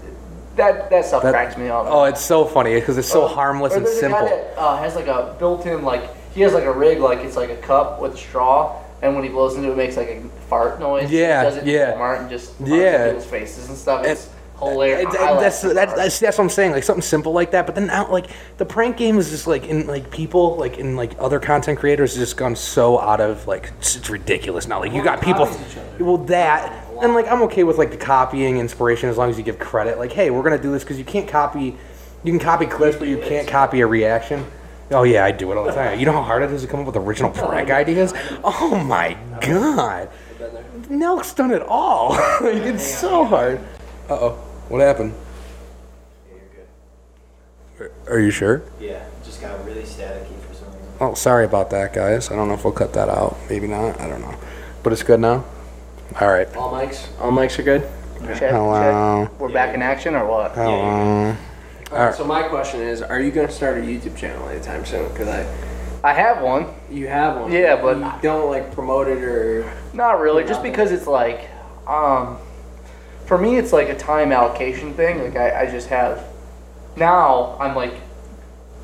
that that stuff
That-
cracks me up.
Oh, it's so funny because it's so
Or-
harmless
Oh. or
and
there's
simple.
A guy that, uh, has like a built-in like he has like a rig like it's like a cup with straw and when he blows into it, it makes like a fart noise.
Yeah,
he does it
yeah.
in Walmart and just farts
Yeah.
in people's faces and stuff. It's
It-
hilarious.
it-
I laugh
that's,
so
that's,
hard.
that's that's what I'm saying. Like something simple like that. But then out like the prank game is just like in like people like in like other content creators has just gone so out of like it's, it's ridiculous now. Like you got people. Well, that and like I'm okay with like the copying inspiration as long as you give credit. Like hey, we're gonna do this because you can't copy. You can copy clips, but you can't copy a reaction. Oh yeah, I do it all the time. You know how hard it is to come up with original prank ideas. Oh my god, Nelk's done it all. *laughs* Like, it's so hard. Uh oh, what happened? Are you sure?
Yeah, just got really staticky for some reason.
Oh, sorry about that, guys. I don't know if we'll cut that out. Maybe not. I don't know. But it's good now. All right.
All mics. All mics are good.
Check,
Oh, Hello.
check. We're back in action or what?
Hello. All right.
So my question is, are you going to start a YouTube channel anytime soon? Because I,
I have one.
you have one.
Yeah, but-
you don't like promote it or.
Not really, just because it's like, um, for me, it's like a time allocation thing. Like, I, I just have. Now, I'm like,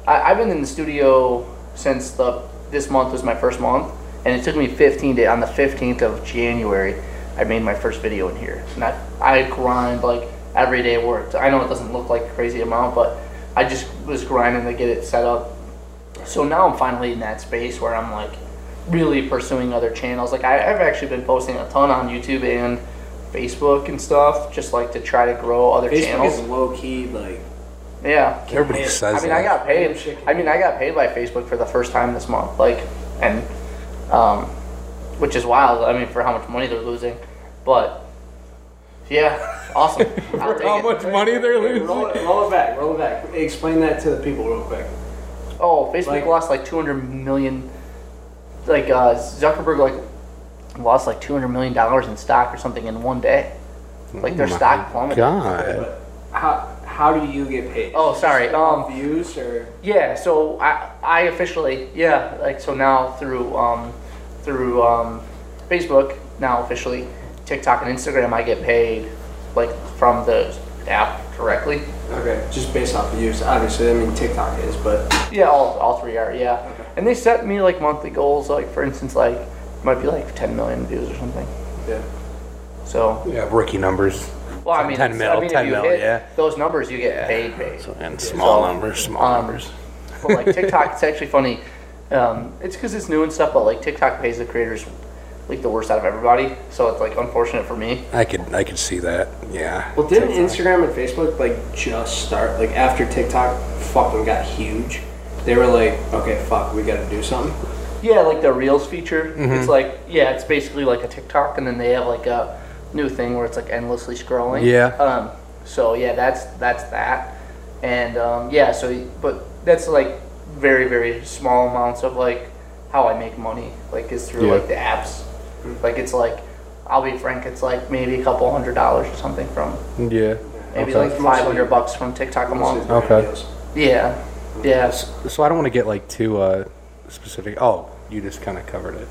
I, I've been in the studio since the this month was my first month, and it took me 15 days. On the 15th of January, I made my first video in here. And I, I grind, like, every day at work. I know it doesn't look like a crazy amount, but I just was grinding to get it set up so now I'm finally in that space where I'm like really pursuing other channels. Like I, I've actually been posting a ton on YouTube and Facebook and stuff, just like to try to grow other
Facebook
channels.
is low key like.
yeah,
Everybody says
I mean,
that.
I got paid. I mean, I got paid by Facebook for the first time this month. Like, and um, which is wild. I mean, for how much money they're losing, but yeah, *laughs*
*laughs*
awesome. I'll take it.
money they're
Roll it, roll it back. Roll it back. Explain that to the people real quick.
Oh, Facebook
Like-
lost like 200 million. Like uh, Zuckerberg, like lost like 200 million dollars in stock or something in one day. Like their
Oh my
stock plummeted.
God.
But how how do you get paid?
Oh, sorry. Um,
views or
yeah. So I, I officially, yeah. Like so now through, um, through um, Facebook now officially, TikTok and Instagram, I get paid like from the app directly.
okay, just based off views. Obviously, I mean TikTok is, but
Yeah, all, all three are, yeah. And they set me like monthly goals, like for instance, like might be like 10 million views or something.
Yeah.
So,
Yeah, rookie numbers.
well, I mean,
10
it's-
mil,
I mean,
10
if you
mil,
hit
yeah.
those numbers, you get paid, paid.
And small
So,
numbers, small
um,
numbers.
*laughs* But like TikTok, it's actually funny. Um, it's because it's new and stuff, but like TikTok pays the creators like the worst out of everybody. So it's like unfortunate for me.
I could I could see that. Yeah.
well, didn't Instagram and Facebook like just start like after TikTok fucking got huge? They were like, okay, fuck, we got to do something.
Yeah, like the Reels feature.
Mm-hmm.
It's like, yeah, it's basically like a TikTok, and then they have like a new thing where it's like endlessly scrolling.
Yeah.
Um. So yeah, that's that's that, and um, yeah. So but that's like very very small amounts of like how I make money. Like is through
Yeah.
like the apps. Like it's like, I'll be frank, it's like maybe a couple hundred dollars or something from
Yeah.
maybe
Okay.
like five hundred bucks from TikTok a month.
Okay.
Yeah. Yeah.
So I don't want to get like too uh, specific. Oh, you just kind of covered it.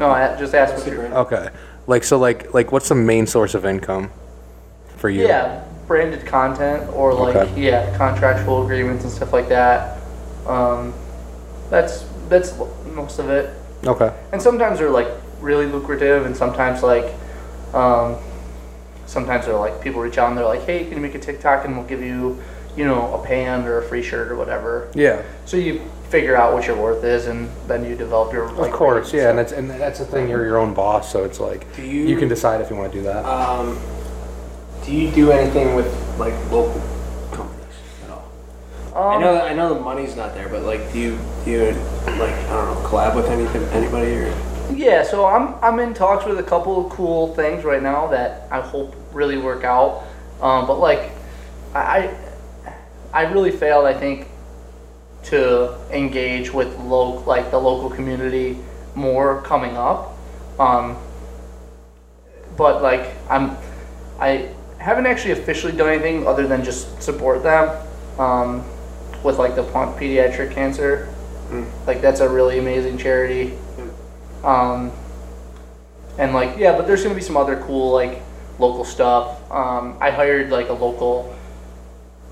No, I just ask what you're.
Okay. Like so like like what's the main source of income for you?
Yeah, branded content or like
Okay.
yeah, contractual agreements and stuff like that. Um, that's that's most of it.
Okay.
And sometimes they're like really lucrative, and sometimes like, um, sometimes they're like people reach out and they're like, hey, can you make a TikTok and we'll give you, you know, a pan or a free shirt or whatever.
Yeah.
So you figure out what your worth is, and then you develop your.
Of
Like, rates
course, yeah,
stuff.
and that's and that's the thing. You're your own boss, so it's like
Do
you,
you-
can decide if you want to do
Uh,
that.
Um, do you do anything with like local companies at all? I know that I know the money's not there, but like, do you do you like I don't know collab with anything anybody or?
Yeah, so I'm I'm in talks with a couple of cool things right now that I hope really work out. Um, but like, I I I really failed, I think, to engage with local like the local community more coming up. Um, but like I'm I haven't actually officially done anything other than just support them um, with like the Pont Pediatric Cancer. Like that's a really amazing charity. Um, and like, yeah, but there's gonna be some other cool like local stuff. Um, I hired like a local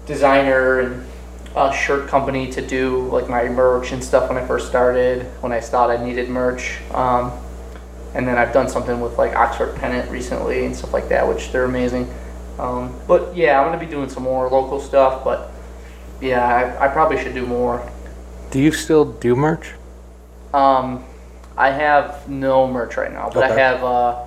designer and a shirt company to do like my merch and stuff when I first started. When I thought I needed merch, um, and then I've done something with like Oxford Pennant recently and stuff like that, which they're amazing. Um, but yeah, I'm gonna be doing some more local stuff, but yeah, I, I probably should do more.
Do you still do merch?
Um, I have no merch right now, but I
Okay.
have uh,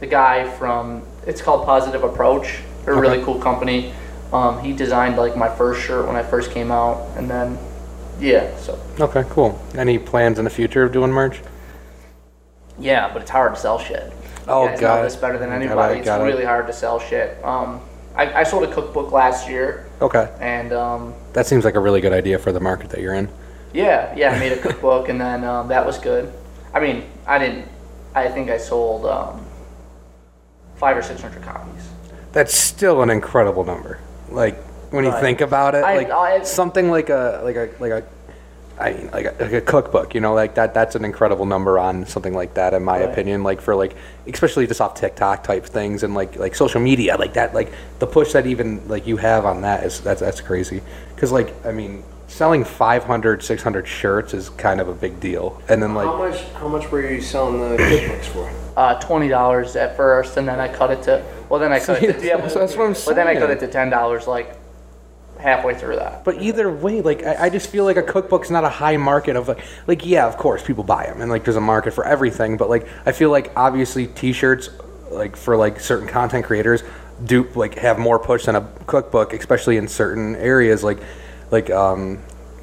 the guy from it's called Positive Approach. They're a really cool company. Um, he designed like my first shirt when I first came out, and then yeah, so
Okay, cool. Any plans in the future of doing merch?
yeah, but it's hard to sell shit.
Oh,
You guys
got
know
it.
this better than
Got it,
anybody. it's
got it.
really hard to sell shit. Um, I, I sold a cookbook last year,
Okay,
and um,
that seems like a really good idea for the market that you're in.
Yeah, yeah, I made a cookbook, and then um, that was good. I mean, I didn't. I think I sold um, five or six hundred copies.
That's still an incredible number. Like when you think about it,
I-
like
I-
something like a like a like a. I mean, like a, like a cookbook, you know, like that. That's an incredible number on something like that, in my opinion. Like for like, especially just off TikTok type things and like like social media, like that. Like the push that even like you have on that is that's that's crazy. Because like I mean, selling 500, 600 shirts is kind of a big deal. And then
How
like,
much? How much were you selling the cookbooks for?
Uh, Twenty dollars at first, and then I cut it to. Well,
*laughs*
then I cut it to. Yeah,
that's, that's what I'm saying.
but then I cut it to ten dollars, like halfway through that.
But either way, like I, I just feel like a cookbook's not a high market of like, like yeah, of course people buy them, and like there's a market for everything. But like I feel like obviously T-shirts, like for like certain content creators, do like have more push than a cookbook, especially in certain areas. Like, like um,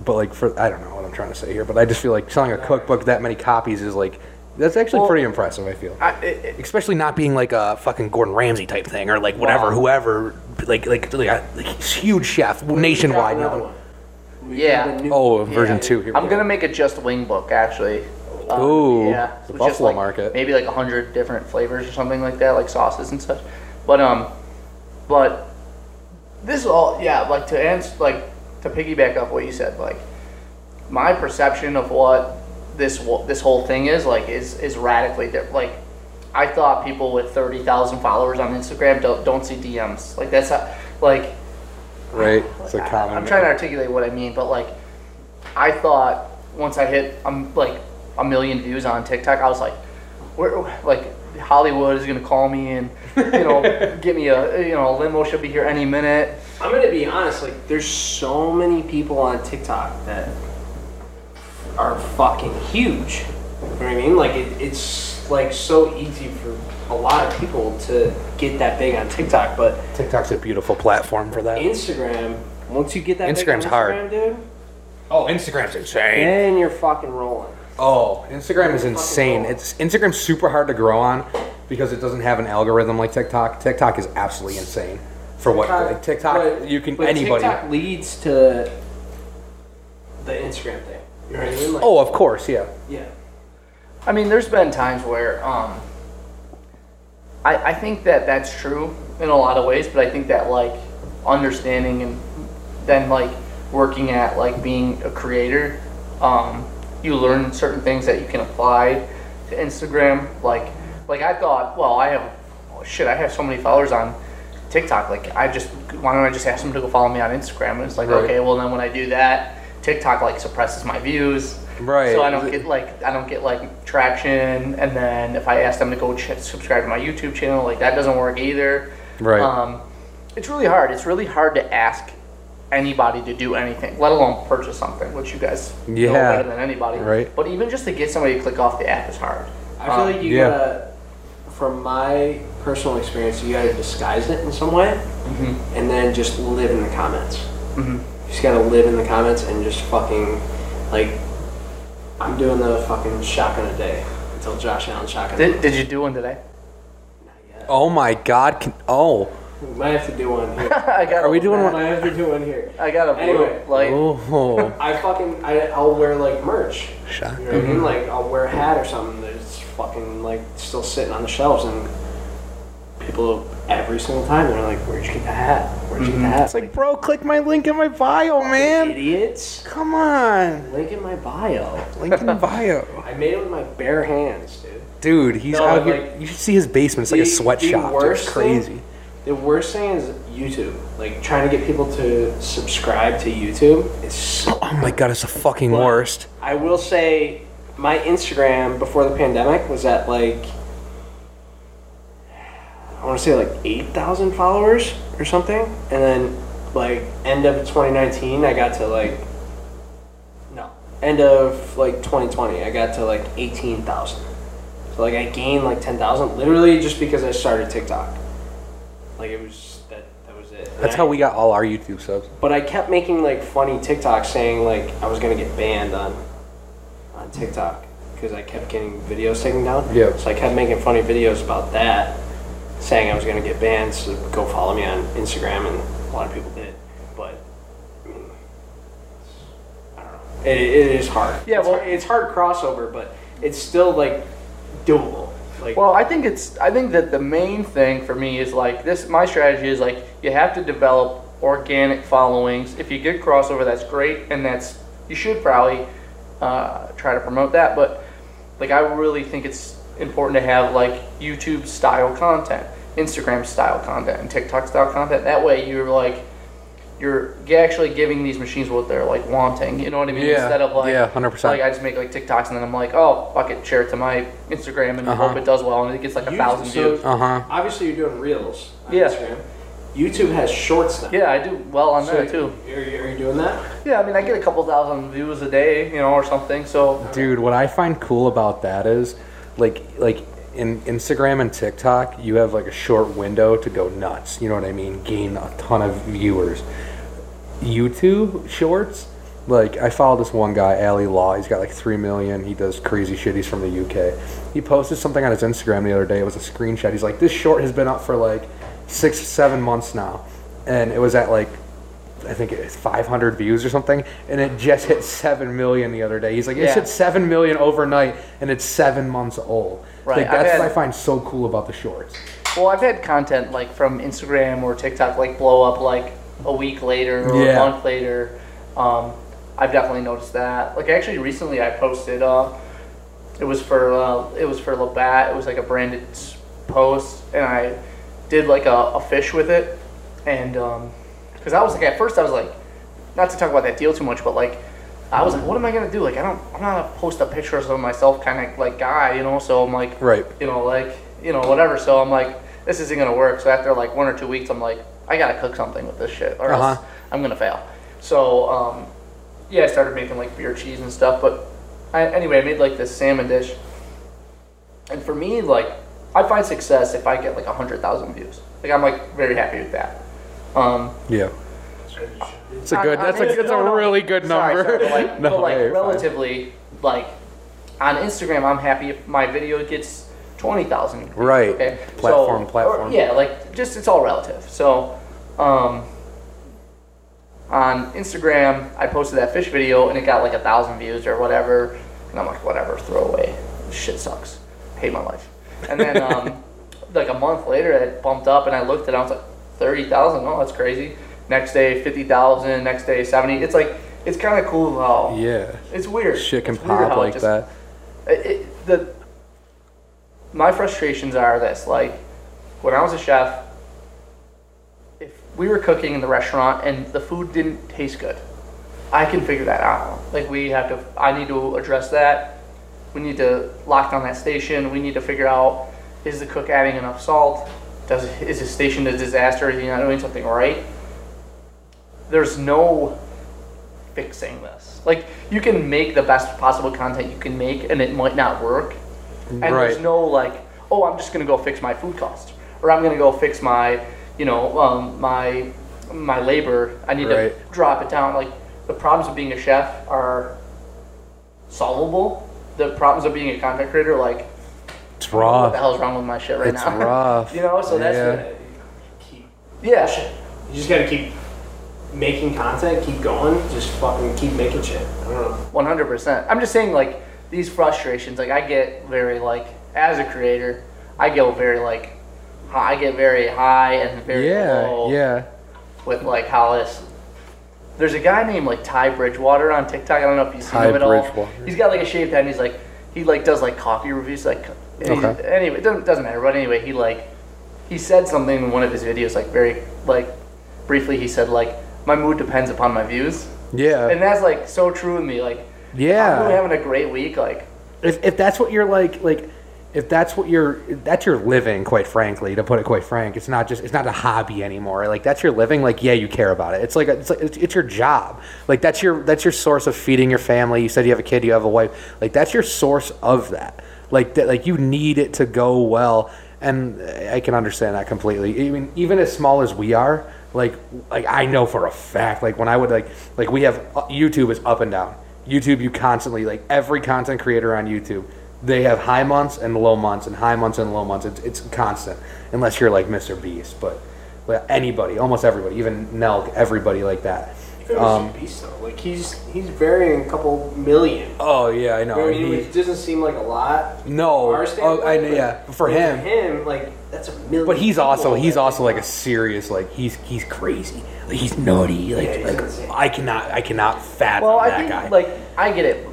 but like for I don't know what I'm trying to say here, but I just feel like selling a cookbook that many copies is like that's actually
Well,
pretty impressive. I feel.
I, it, it-
Especially not being like a fucking Gordon Ramsay type thing, or like whatever,
Wow.
whoever, like like, like a like, huge chef nationwide.
another
now.
one.
Yeah,
Oh, version two. Here we
I'm
go.
gonna make a just wing book actually. Um,
Ooh,
yeah,
the
with just,
Buffalo
like,
market.
Maybe like hundred different flavors or something like that, like sauces and such. But um, but this is all yeah. Like to answer, like to piggyback off what you said, like my perception of what this wo- this whole thing is like is is radically different. Like I thought people with thirty thousand followers on Instagram don't don't see DMs. Like that's how, like
Right. It's a
I-
common.
I'm trying to articulate what I mean, but like, I thought once I hit um, like a million views on TikTok, I was like, where like Hollywood is gonna call me and you
*laughs*
know get me a you know a limo should be here any minute.
I'm gonna be honest. Like, there's so many people on TikTok that are fucking huge. You know what I mean? Like, it, it's like so easy for a lot of people to get that big on TikTok, but
TikTok's a beautiful platform for that.
Instagram. Once you get that big on
Instagram's
Instagram,
hard.
dude,
Oh, Instagram's insane.
then you're fucking rolling.
Oh, Instagram is insane.
roll.
It's Instagram's super hard to grow on because it doesn't have an algorithm like TikTok. TikTok is absolutely insane for what like TikTok.
Uh, but-
you can
but
anybody.
TikTok leads to the Instagram thing. You know what I mean? Like,
Oh, of course, yeah.
yeah.
I mean, there's been times where um, I I think that that's true in a lot of ways, but I think that like understanding and then like working at like being a creator, um, you learn certain things that you can apply to Instagram. Like like I thought, well, I have oh, shit, I have so many followers on TikTok. Like I just why don't I just ask them to go follow me on Instagram? And it's like
Right.
okay, well then when I do that, TikTok like suppresses my views.
Right.
So I don't get like I don't get like traction, and then if I ask them to go ch- subscribe to my YouTube channel, like that doesn't work either.
Right.
Um, it's really hard. It's really hard to ask anybody to do anything, let alone purchase something, which you guys know
Yeah.
better than anybody.
Right.
But even just to get somebody to click off the app is hard.
I feel like you
yeah.
gotta, from my personal experience, you gotta disguise it in some way, and then just live in the comments. Mm-hmm. You just gotta live in the comments and just fucking like, I'm doing the fucking shotgun a day until Josh Allen shotgun.
Did, did you do one today? *laughs*
Oh my God. Can, oh.
we might have to do one
*laughs*
here.
I got.
Are we
a-
doing
we
one?
might have to do one here.
I got a blue
Anyway.
light.
Oh.
I fucking I, I'll wear like merch.
Shot.
You know what I mean? Like I'll wear a hat or something that's fucking like still sitting on the shelves and people every single time they're like, Where'd you get the hat? Where'd you get the hat?
It's *laughs* like, bro, click my link in my bio, man.
idiots.
Come on,
Link in my bio.
link *laughs* in bio.
I made it with my bare hands, dude.
Dude, he's
No,
out
but,
here.
like,
you should see his Oh basement. It's like a
the- the
sweatshop. dude.
worst
It's
thing-
crazy.
The worst thing is YouTube. Like trying to get people to subscribe to YouTube is so
Oh my god, it's the fucking
But
worst.
I will say my Instagram before the pandemic was at like I want to say like eight thousand followers or something, and then like end of 2019, I got to like no end of like 2020, I got to like eighteen thousand. So like I gained like ten thousand literally just because I started TikTok. Like it was that that was it. And
That's
I-
how we got all our YouTube subs.
but I kept making like funny TikToks saying like I was gonna get banned on on TikTok because I kept getting videos taken down.
Yeah.
So I kept making funny videos about that, saying I was gonna get banned. So go follow me on Instagram, and a lot of people did. But I mean, it's- I don't know. It, it is hard.
Yeah,
It's
well-
hard- it's hard crossover, but it's still like doable. Like
Well, I think it's. I think that the main thing for me is like this. My strategy is like you have to develop organic followings. If you get crossover, that's great, and that's you should probably uh, try to promote that. But like, I really think it's important to have like YouTube style content, Instagram style content, and TikTok style content. That way, you're like you're g- actually giving these machines what they're like wanting. You know what I mean?
Yeah,
Instead of like
yeah, 100%.
Like I just make like TikToks and then I'm like, oh fuck it, share it to my Instagram and
Uh-huh.
hope it does well and it gets like a
YouTube-
thousand views. Uh-huh.
Uh huh.
obviously you're doing reels on
Yeah.
Instagram. YouTube has shorts now.
Yeah, I do well on
So
that too.
Are you, are you doing that?
Yeah, I mean I get a couple thousand views a day, you know, or something. So
Dude, what I find cool about that is, like, like in Instagram and TikTok, you have like a short window to go nuts. You know what I mean? Gain a ton of viewers. YouTube Shorts, like I follow this one guy, Ali Law. He's got like three million. He does crazy shit. He's from the UK. He posted something on his Instagram the other day. It was a screenshot. He's like, this short has been up for like six, seven months now, and it was at like I think it's 500 views or something, and it just hit 7 million the other day. He's like,
Yeah.
it's hit 7 million overnight, and it's seven months old.
Right,
Like,
I've
that's
had-
what I find so cool about the shorts.
well I've had content like from Instagram or TikTok like blow up like a week later or
Yeah.
a month later. Um, I've definitely noticed that. Like actually recently I posted uh it was for uh, it was for Labatt. It was like a branded s- post, and I did like a, a fish with it, and because I was like at first I was like, not to talk about that deal too much, but like I was like, what am I gonna do? Like I don't, I'm not a post up pictures of myself kind of like guy, you know. So I'm like,
Right.
you know, like you know whatever. So I'm like, this isn't gonna work. So after like one or two weeks, I'm like, I gotta cook something with this shit, or
Uh-huh.
else I'm gonna fail. So um, yeah, I started making like beer cheese and stuff. But I, anyway, I made like this salmon dish, and for me, like I find success if I get like hundred thousand views. Like I'm like very happy with that. Um,
Yeah. It's a
I-
good,
I
that's
mean,
a, it's
no,
a
no.
really good
Sorry,
number.
sorry, but like,
*laughs* No,
but like
hey, you're fine.
relatively, like on Instagram, I'm happy if my video gets twenty thousand.
Right.
Okay.
Platform,
or-
platform.
yeah, like just it's all relative. So, um, on Instagram, I posted that fish video and it got like a thousand views or whatever, and I'm like, whatever, throw away. This shit sucks. Hate my life. And
*laughs*
then um, like a month later, it bumped up, and I looked at it. I was like, thirty thousand. Oh, that's crazy. Next day, fifty thousand. Next day, seventy. It's like it's kind of cool how
Yeah.
it's weird.
Shit can
It's weird
pop
how it
like
just-
that.
it, it, the my frustrations are this like when i was a chef if we were cooking in the restaurant and the food didn't taste good i can figure that out like we have to i need to address that we need to lock down that station we need to figure out is the cook adding enough salt does is the station a disaster is he not doing something right there's no fixing this. Like you can make the best possible content you can make, and it might not work. And there's
Right.
no like, oh, I'm just gonna go fix my food cost, or I'm gonna go fix my, you know, um, my my labor. I need
Right.
to drop it down. Like the problems of being a chef are solvable. The problems of being a content creator, like what
It's
the *laughs*
raw.
hell's wrong with my shit right
It's
now?
rough.
*laughs* you know, so that's
Yeah.
Keep
yeah.
shit. You just gotta keep making content, keep going, just fucking keep making shit. I don't know.
One hundred percent. I'm just saying, like these frustrations. Like I get very like as a creator, I go very like hi- I get very high and very
Yeah,
low
yeah.
with like how this. There's a guy named like Ty Bridgewater on TikTok. I don't know if you've seen
Ty
him at all.
Bridgewater.
He's got like a shaved head. and He's like he like does like coffee reviews. Like and he's-
Okay.
anyway, it doesn't doesn't matter. But anyway, he like he said something in one of his videos. Like very like briefly, he said like my mood depends upon my views,
Yeah.
and that's like so true with me. Like I'm really
Yeah.
having a great week. Like
if, if that's what you're like like if that's what you're that's your living quite frankly to put it quite frank it's not just it's not a hobby anymore like that's your living like yeah you care about it it's like a, it's like it's, it's your job like that's your that's your source of feeding your family you said you have a kid you have a wife like that's your source of that like that like you need it to go well and i can understand that completely even even as small as we are like like i know for a fact like when i would like like we have uh, youtube is up and down YouTube, you constantly like every content creator on YouTube, they have high months and low months, and high months and low months. It's, it's constant, unless you're like Mr. Beast, but, but anybody, almost everybody, even Nelk, everybody like that.
Even
Um,
Mr. Beast though, like he's he's varying a couple million.
Oh yeah, I
You know
know.
what I mean,
He-
which doesn't seem like a lot. from
no,
our
oh, I,
standpoint, but
yeah, for him,
him, like that's a million.
But he's
people
also he's
that-
also like a serious like he's he's crazy like he's nutty like,
he's
like,
insane.
I cannot I cannot fathom
Well, I
that
think
guy.
like I get it.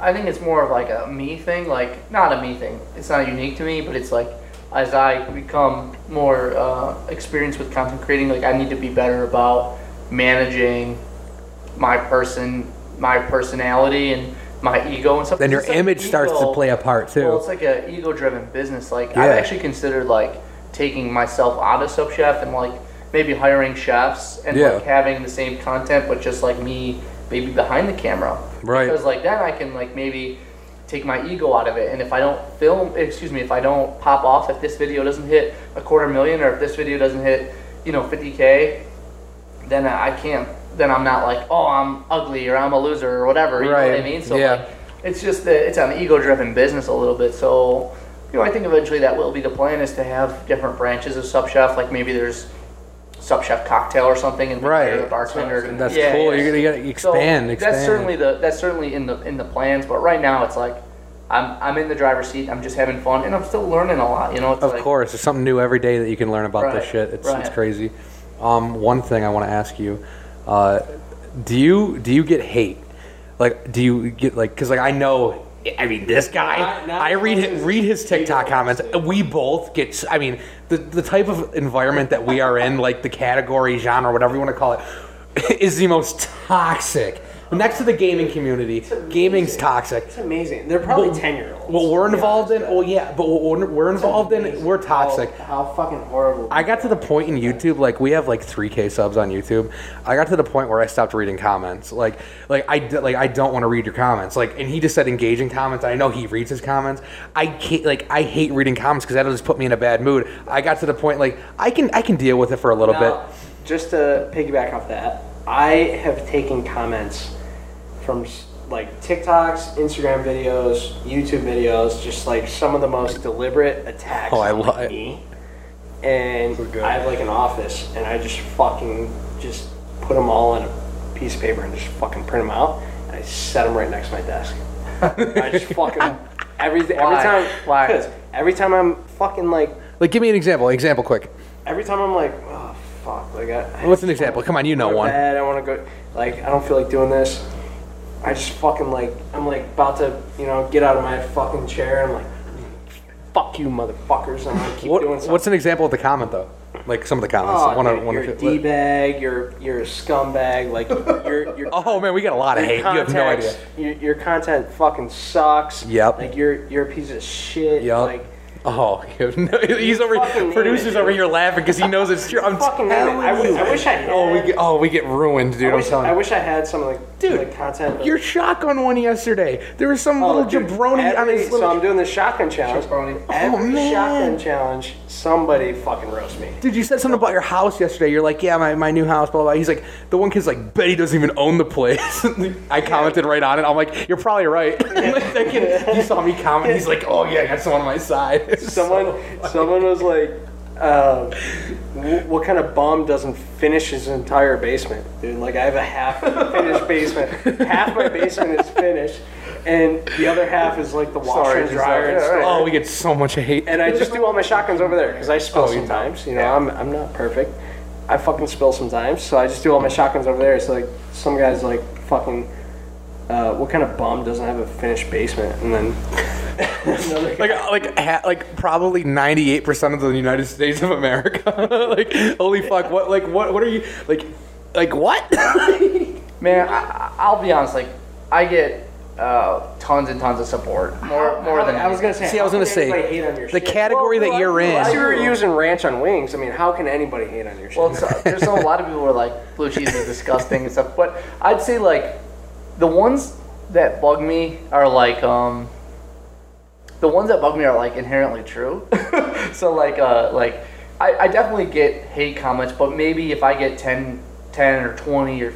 I think it's more of like a me thing, like not a me thing. It's not unique to me, but it's like as I become more uh, experienced with content creating, like I need to be better about managing my person, my personality, and my ego and stuff.
then your
It's like
image starts to
ego-
play a part too.
well, it's like a ego-driven business. Like
Yeah.
I've actually considered like taking myself out of Sub Chef and like maybe hiring chefs and
Yeah.
like having the same content, but just like me maybe behind the camera.
Right.
Because like then I can like maybe take my ego out of it, and if I don't film, excuse me, if I don't pop off, if this video doesn't hit a quarter million, or if this video doesn't hit, you know, 50k, then I can't. Then I'm not like, oh, I'm ugly or I'm a loser or whatever. You know what
Right.
I mean? So
Yeah.
like, it's just that it's an ego-driven business a little bit. So you know, I think eventually that will be the plan is to have different branches of Sub Chef. Like maybe there's Sub Chef cocktail or something, and
Right.
the bartender.
That's
Yeah,
cool.
yeah.
You're gonna, you gotta expand.
So
expand.
That's certainly the that's certainly in the in the plans. But right now, it's like I'm I'm in the driver's seat. I'm just having fun, and I'm still learning a lot. You know, it's
Of
like,
course, there's something new every day that you can learn about this
Right,
shit. It's, it's
right.
crazy. Um, one thing I want to ask you, uh, do you do you get hate? Like, do you get like? Because like I know, I mean, this guy.
Not- not
I read
as
hi-
much as
read his
you
TikTok
don't
comments.
say.
We both get. s- I mean, the the type of environment that we are in, like the category, genre, whatever you want to call it, *laughs* is the most toxic. Next to the gaming community, gaming's toxic.
It's amazing. They're probably ten year olds.
What we're involved in, well, yeah, but what we're, we're involved in, we're toxic.
How, how fucking horrible.
I got to the point in YouTube, like we have like 3k subs on YouTube. I got to the point where I stopped reading comments. Like, like I d- like I don't want to read your comments. Like, and he just said engaging comments. I know he reads his comments. I can't like I hate reading comments because that'll just put me in a bad mood. I got to the point like I can I can deal with it for a little
Now,
bit.
just to piggyback off that, I have taken comments from s- like TikToks, Instagram videos, YouTube videos, just like some of the most deliberate attacks
Oh, I
on
love
like,
it.
me. And I have like an office, and I just fucking just put them all on a piece of paper and just fucking print them out, and I set them right next to my
*laughs*
desk. I just fucking every every
Why?
time
Why?
'cause every time I'm fucking like
Like, give me an example. Example, quick.
every time I'm like, oh fuck, like I.
What's an example? Come on, you know
go to
one.
bed, I want to go. Like I don't feel like doing this. I just fucking like I'm like about to you know get out of my fucking chair. I'm like, fuck you, motherfuckers. I'm gonna keep
What,
doing something.
what's an example of the comment though? Like some of the comments.
Oh,
One
dude,
of- one of-
you're a d bag. You're you're a scumbag. Like you're you're.
*laughs* oh man, we got a lot of hate. You have no idea.
Your, your content fucking sucks.
Yep.
Like you're you're a piece of shit.
Yep.
Like
Oh, *laughs* he's over.
fucking name it,
Producers over here laughing because he knows it's true. I'm
fucking name it.
telling
I
you.
wish- I wish I had-
Oh, we get, oh, we get ruined, dude.
I wish,
I'm telling
I
you.
wish I had some like
Dude,
like, content. but-
Your shotgun one yesterday. There was some
Oh,
little
dude,
jabroni
every-
on his
So
little.
I'm doing the shotgun challenge.
Jabroni.
Every
Oh, man.
shotgun challenge, somebody fucking roast me.
Dude, you said something about your house yesterday. You're like, yeah, my, my new house, blah, blah. He's like, the one kid's like, Betty doesn't even own the place. *laughs* I commented right on it. I'm like, you're probably right. *laughs* like, that kid, he saw me comment. He's like, oh, yeah, I got someone on my side. *laughs*
Someone, someone was like, um, wh- "What kind of bum doesn't finish his entire basement, dude? Like I have a half finished
*laughs*
basement. Half my basement is finished, and the other half is like the washer and dryer and stuff.
oh, we get so much hate.
And I just do all my shotguns over there because I spill
Oh, you
sometimes. You know, I'm, I'm not perfect. I fucking spill sometimes, so I just do all my shotguns over there. So like some guys like fucking. Uh, what kind of bum doesn't have a finished basement? And then another guy,
like like ha- like probably 98% of the United States of America. *laughs* like holy fuck, what like what what are you like like what? *laughs*
man, I, I- I'll be honest. Like I get uh, tons and tons of support. More, more than
I was gonna say.
See, I was
how
gonna
can
say,
anybody hate on your
the
shit?
category that you're in-
Unless you were using ranch on wings, I mean, how can anybody hate on your shit?
Well, it's, uh, there's a lot of people who are like blue cheese is disgusting and stuff, but I'd say like the ones that bug me are like um the ones that bug me are like inherently true. *laughs* so like uh like I, I definitely get hate comments, but maybe if I get 10, 10 or twenty or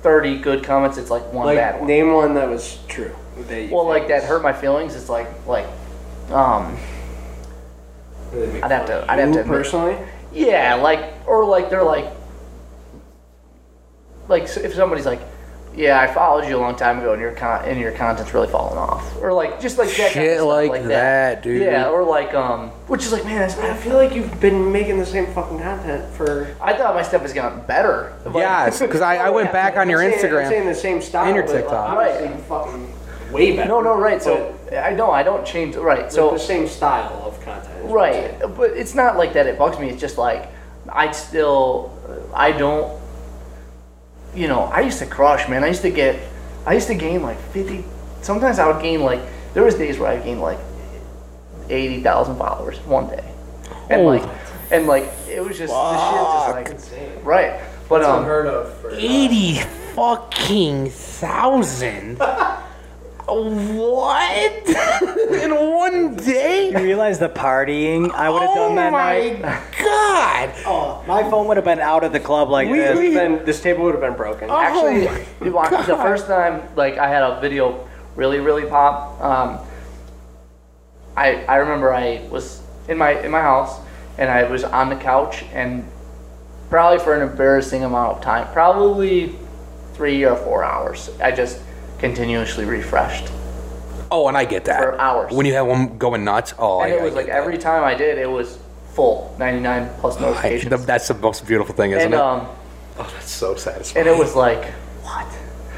thirty good comments, it's like one
like,
bad one.
name one that was true. That you
Well, like that
think
hurt my feelings. It's like like um
was- that
I'd have to I'd
you
have to admit-
personally.
Yeah, like or like they're like, like so if somebody's like, yeah, I followed you a long time ago, and your con- and your content's really falling off, or like just like that kind of
Shit
stuff,
like that, dude.
Yeah, or like um, which is like, man, that's,
I feel like you've been making the same fucking content for.
I thought my stuff has gotten better. but-
Yes, because I, I went back on your
I'm saying- I'm saying
Instagram.
the same style
and your
but, like,
TikTok.
obviously you fucking way better.
no, no, right. So I know I don't change. Right,
So
so
the same style of content. is what I'm saying.
Right, but it's not like that. It bugs me. It's just like I still, I don't. You know, I used to crush, man. I used to get, I used to gain like fifty. Sometimes I would gain like there was days where I gained like eighty thousand followers one day, and like, and like it was just the shit was just like right. But um,
Unheard of. For,
Eighty fucking thousand.
*laughs*
what? In one day?
You realize the partying I would have
Oh
done that night?
god!
My phone would have been out of the club like this.
this, been, this table would have been
Oh.
broken.
actually,
Oh
my
you want- the first time like I had a video really really pop. Um, I I remember I was in my in my house and I was on the couch and probably for an embarrassing amount of time, probably three or four hours. I just continuously refreshed,
Oh, and I get that.
For hours.
When you have one going nuts, oh,
and
I,
it was
I
like
get that. Oh,
every time I did, it was full ninety nine plus
I-
notifications.
the- that's the most beautiful thing, isn't
and
it?
um
oh, that's so satisfying.
and it was like what.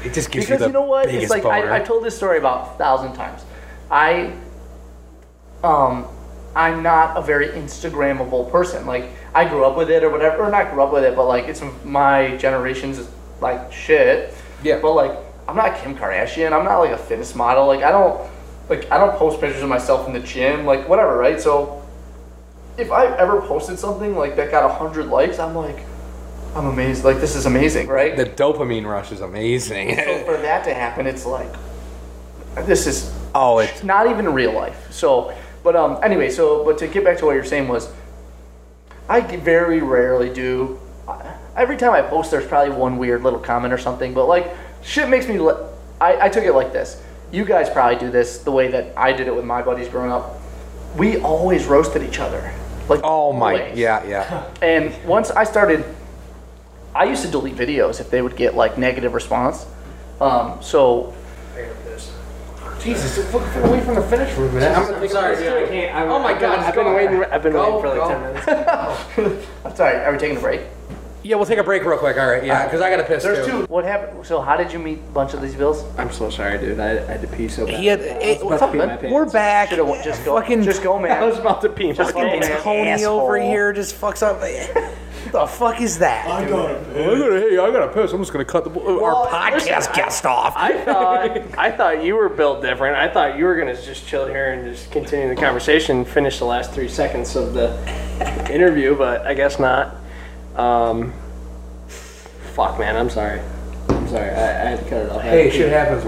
it just gives you
because
the
you know what? It's
biggest
like
boner.
I, I've told this story about a thousand times. I, um, I'm not a very Instagrammable person. Like I grew up with it or whatever, or not grew up with it, but like it's my generation's like shit.
Yeah.
But like I'm not Kim Kardashian. I'm not like a fitness model. Like I don't, like I don't post pictures of myself in the gym. Like whatever, right? So if I ever posted something like that got hundred likes, I'm like, I'm amazed. Like this is amazing, right?
the dopamine rush is amazing.
so for that to happen, it's like this is
oh, it's
not even real life. So, but um, anyway, so but to get back to what you're saying was, I g- very rarely do. Every time I post, there's probably one weird little comment or something. But like, shit makes me. Li- I I took it like this. You guys probably do this the way that I did it with my buddies growing up. We always roasted each other. Like
*laughs* oh my
always.
yeah yeah.
And once I started, I used to delete videos if they would get like negative response. Um, so
Jesus, look away from the finish room, man.
I'm sorry, dude. I can't. I'm, oh my
God,
I've been
go.
waiting. I've been
Go,
waiting for like
go.
ten minutes.
I'm sorry, are we taking a break?
Yeah, we'll take a break real quick. All right, yeah, because I got to piss
There's
too.
two. What happened? So how did you meet a bunch of these bills?
I'm so sorry, dude. I, I had to pee so bad.
He had, it,
What's up, man?
we're back.
Should've went- just go,
Fucking-
just
*laughs*
go, man.
I was about to pee. Just
go, man.
Tony over
Asshole.
here just fucks up. *laughs* what the fuck is that? I
got
gotta, hey, I gotta piss. I'm just gonna cut the, uh, our podcast guest off.
I thought I thought you were built different. I thought you were gonna just chill here and just continue the conversation, finish the last three seconds of the interview, but I guess not. Um, fuck, man. I'm sorry. I'm sorry. I, I had to cut it off. I had to pee. I had to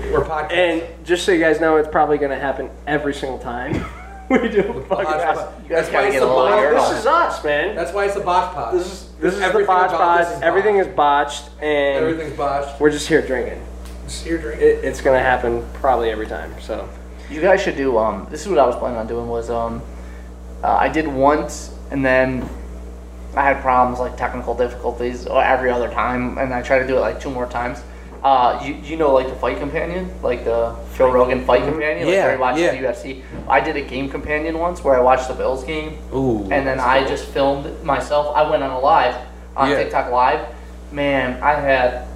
pee.
We're podcast.
And just so you guys know, it's probably gonna happen every single time *laughs* we do a podcast.
guys gotta get a little
botch.
you're-
This is us, man.
That's why it's the botch pod.
This is this is the botch
about
pod.
this is botched.
Everything is botched, and
everything's botched.
we're just here drinking.
You're drinking.
It, it's gonna happen probably every time. So
You guys should do. Um, this is what I was planning on doing. Was um, uh, I did once, and then I had problems like technical difficulties or every other time, and I tried to do it like two more times. Uh, you, you know like the fight companion, like the Joe Rogan fight companion, like
Yeah,
where he watches
yeah.
the UFC. I did a game companion once where I watched the Bills game,
Ooh.
and then I just filmed myself. I went on a live on
Yeah.
TikTok live. Man, I had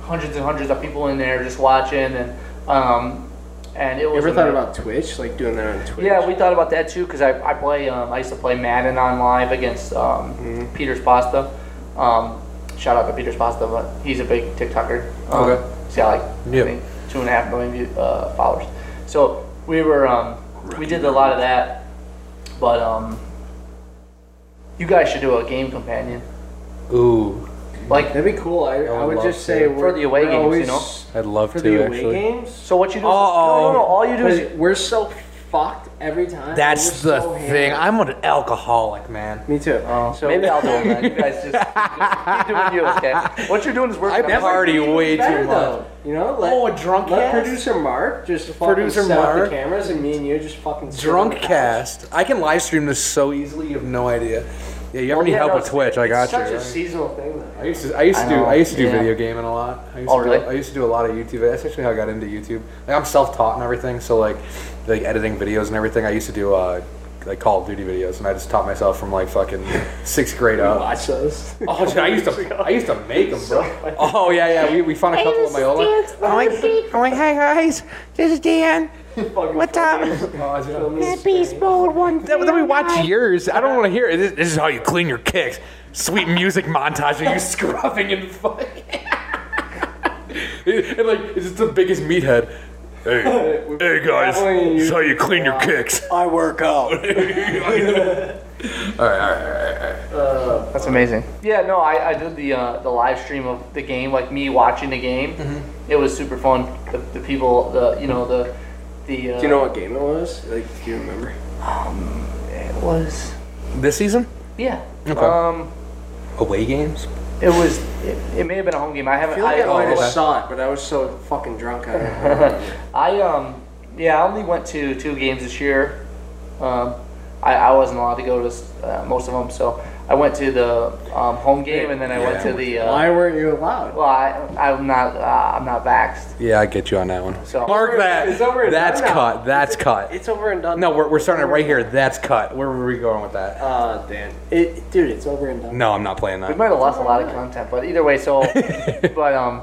hundreds and hundreds of people in there just watching, and um, and it was.
You ever thought
amazing.
about Twitch, like doing that on Twitch?
Yeah, we thought about that too because I, I play um, I used to play Madden on live against um,
Mm-hmm.
Peter's Pasta. Um, shout out to Peter's Pasta, but he's a big TikToker. Um,
Okay.
See, I like. I
Yeah.
think- two and a half million view, uh, followers. So we were um, we did a lot of that, but um, you guys should do a game companion.
Ooh,
Like
That'd be cool. I, I
would
would
love
just
to.
say we're,
For the away
we're
games, you
always-
know?
I'd love
For
to
the away
actually.
games,
so, what you do? Is,
Uh-oh.
no, no, no. All you do is
But we're so fucked every time.
That's
We're
the
so
thing.
hammered.
I'm an alcoholic, man.
Me too. so
oh, Maybe I'll do it, man. You guys just keep doing you, okay? What you're doing is working. on
I
my-
party way
better
too much.
though. You know, let,
Oh, a drunk
let
cast?
producer Mark just fucking
Producer
set up
Mark?
the cameras, and me and you just fucking sit on
Drunk
the couch.
cast. I can live stream this so easily. You have no idea. Yeah, you ever need
Yeah,
help
no,
with Twitch? I got
it's
you.
Such a seasonal thing, though.
I used to, I used to do, I used to do
yeah.
video gaming a lot. I used
Oh,
to do,
really?
I used to do a lot of YouTube. That's actually how I got into YouTube. Like I'm self-taught and everything, so like, like editing videos and everything. I used to do uh, like Call of Duty videos, and I just taught myself from like fucking sixth grade up.
Watch *laughs* those.
*laughs* Oh, dude, I used to, I used to make them, bro. *laughs* Oh yeah, yeah. We, we found a couple of my old ones.
I'm like, I'm like, hi guys, this is Dan. What's up?
*laughs* Oh, I did-
Beast mode one. Then then we watch yours. I don't want to hear it. This, this is how you clean your kicks. Sweet music montage
*laughs*
of you scrubbing and fucking.
and like, it's just the biggest meathead. *laughs* Hey, hey guys, this is how you clean your kicks.
I work out.
All right, all right, all right.
That's amazing. Yeah, no, I, I did the uh, the live stream of the game, like me watching the game. It was super fun. The, the people, the you know the the. Uh,
Do you know what game it was? Like, do you remember?
it was?
This season,
Yeah.
Okay.
Um,
away games.
it was. It, it may have been a home game. I haven't.
I feel like I,
I, um,
might have
okay.
saw it, but I was so fucking drunk. I don't remember.
I um yeah, I only went to two games this year. Um, I, I wasn't allowed to go to s- uh, most of them, so I went to the um, home game and then I went to the. Uh,
Why weren't you allowed?
well, I, I'm not. Uh, I'm not vaxxed.
Yeah, I get you on that one.
So
Mark that.
It's over and
That's
done now.
cut. That's cut.
It's over and done.
no, we're, we're starting it right here. That's cut. Where were we going with that?
Uh, Dan. It, dude, it's over and done.
No, I'm not playing
we
that.
might have lost a lot of content, but either way, so. but um,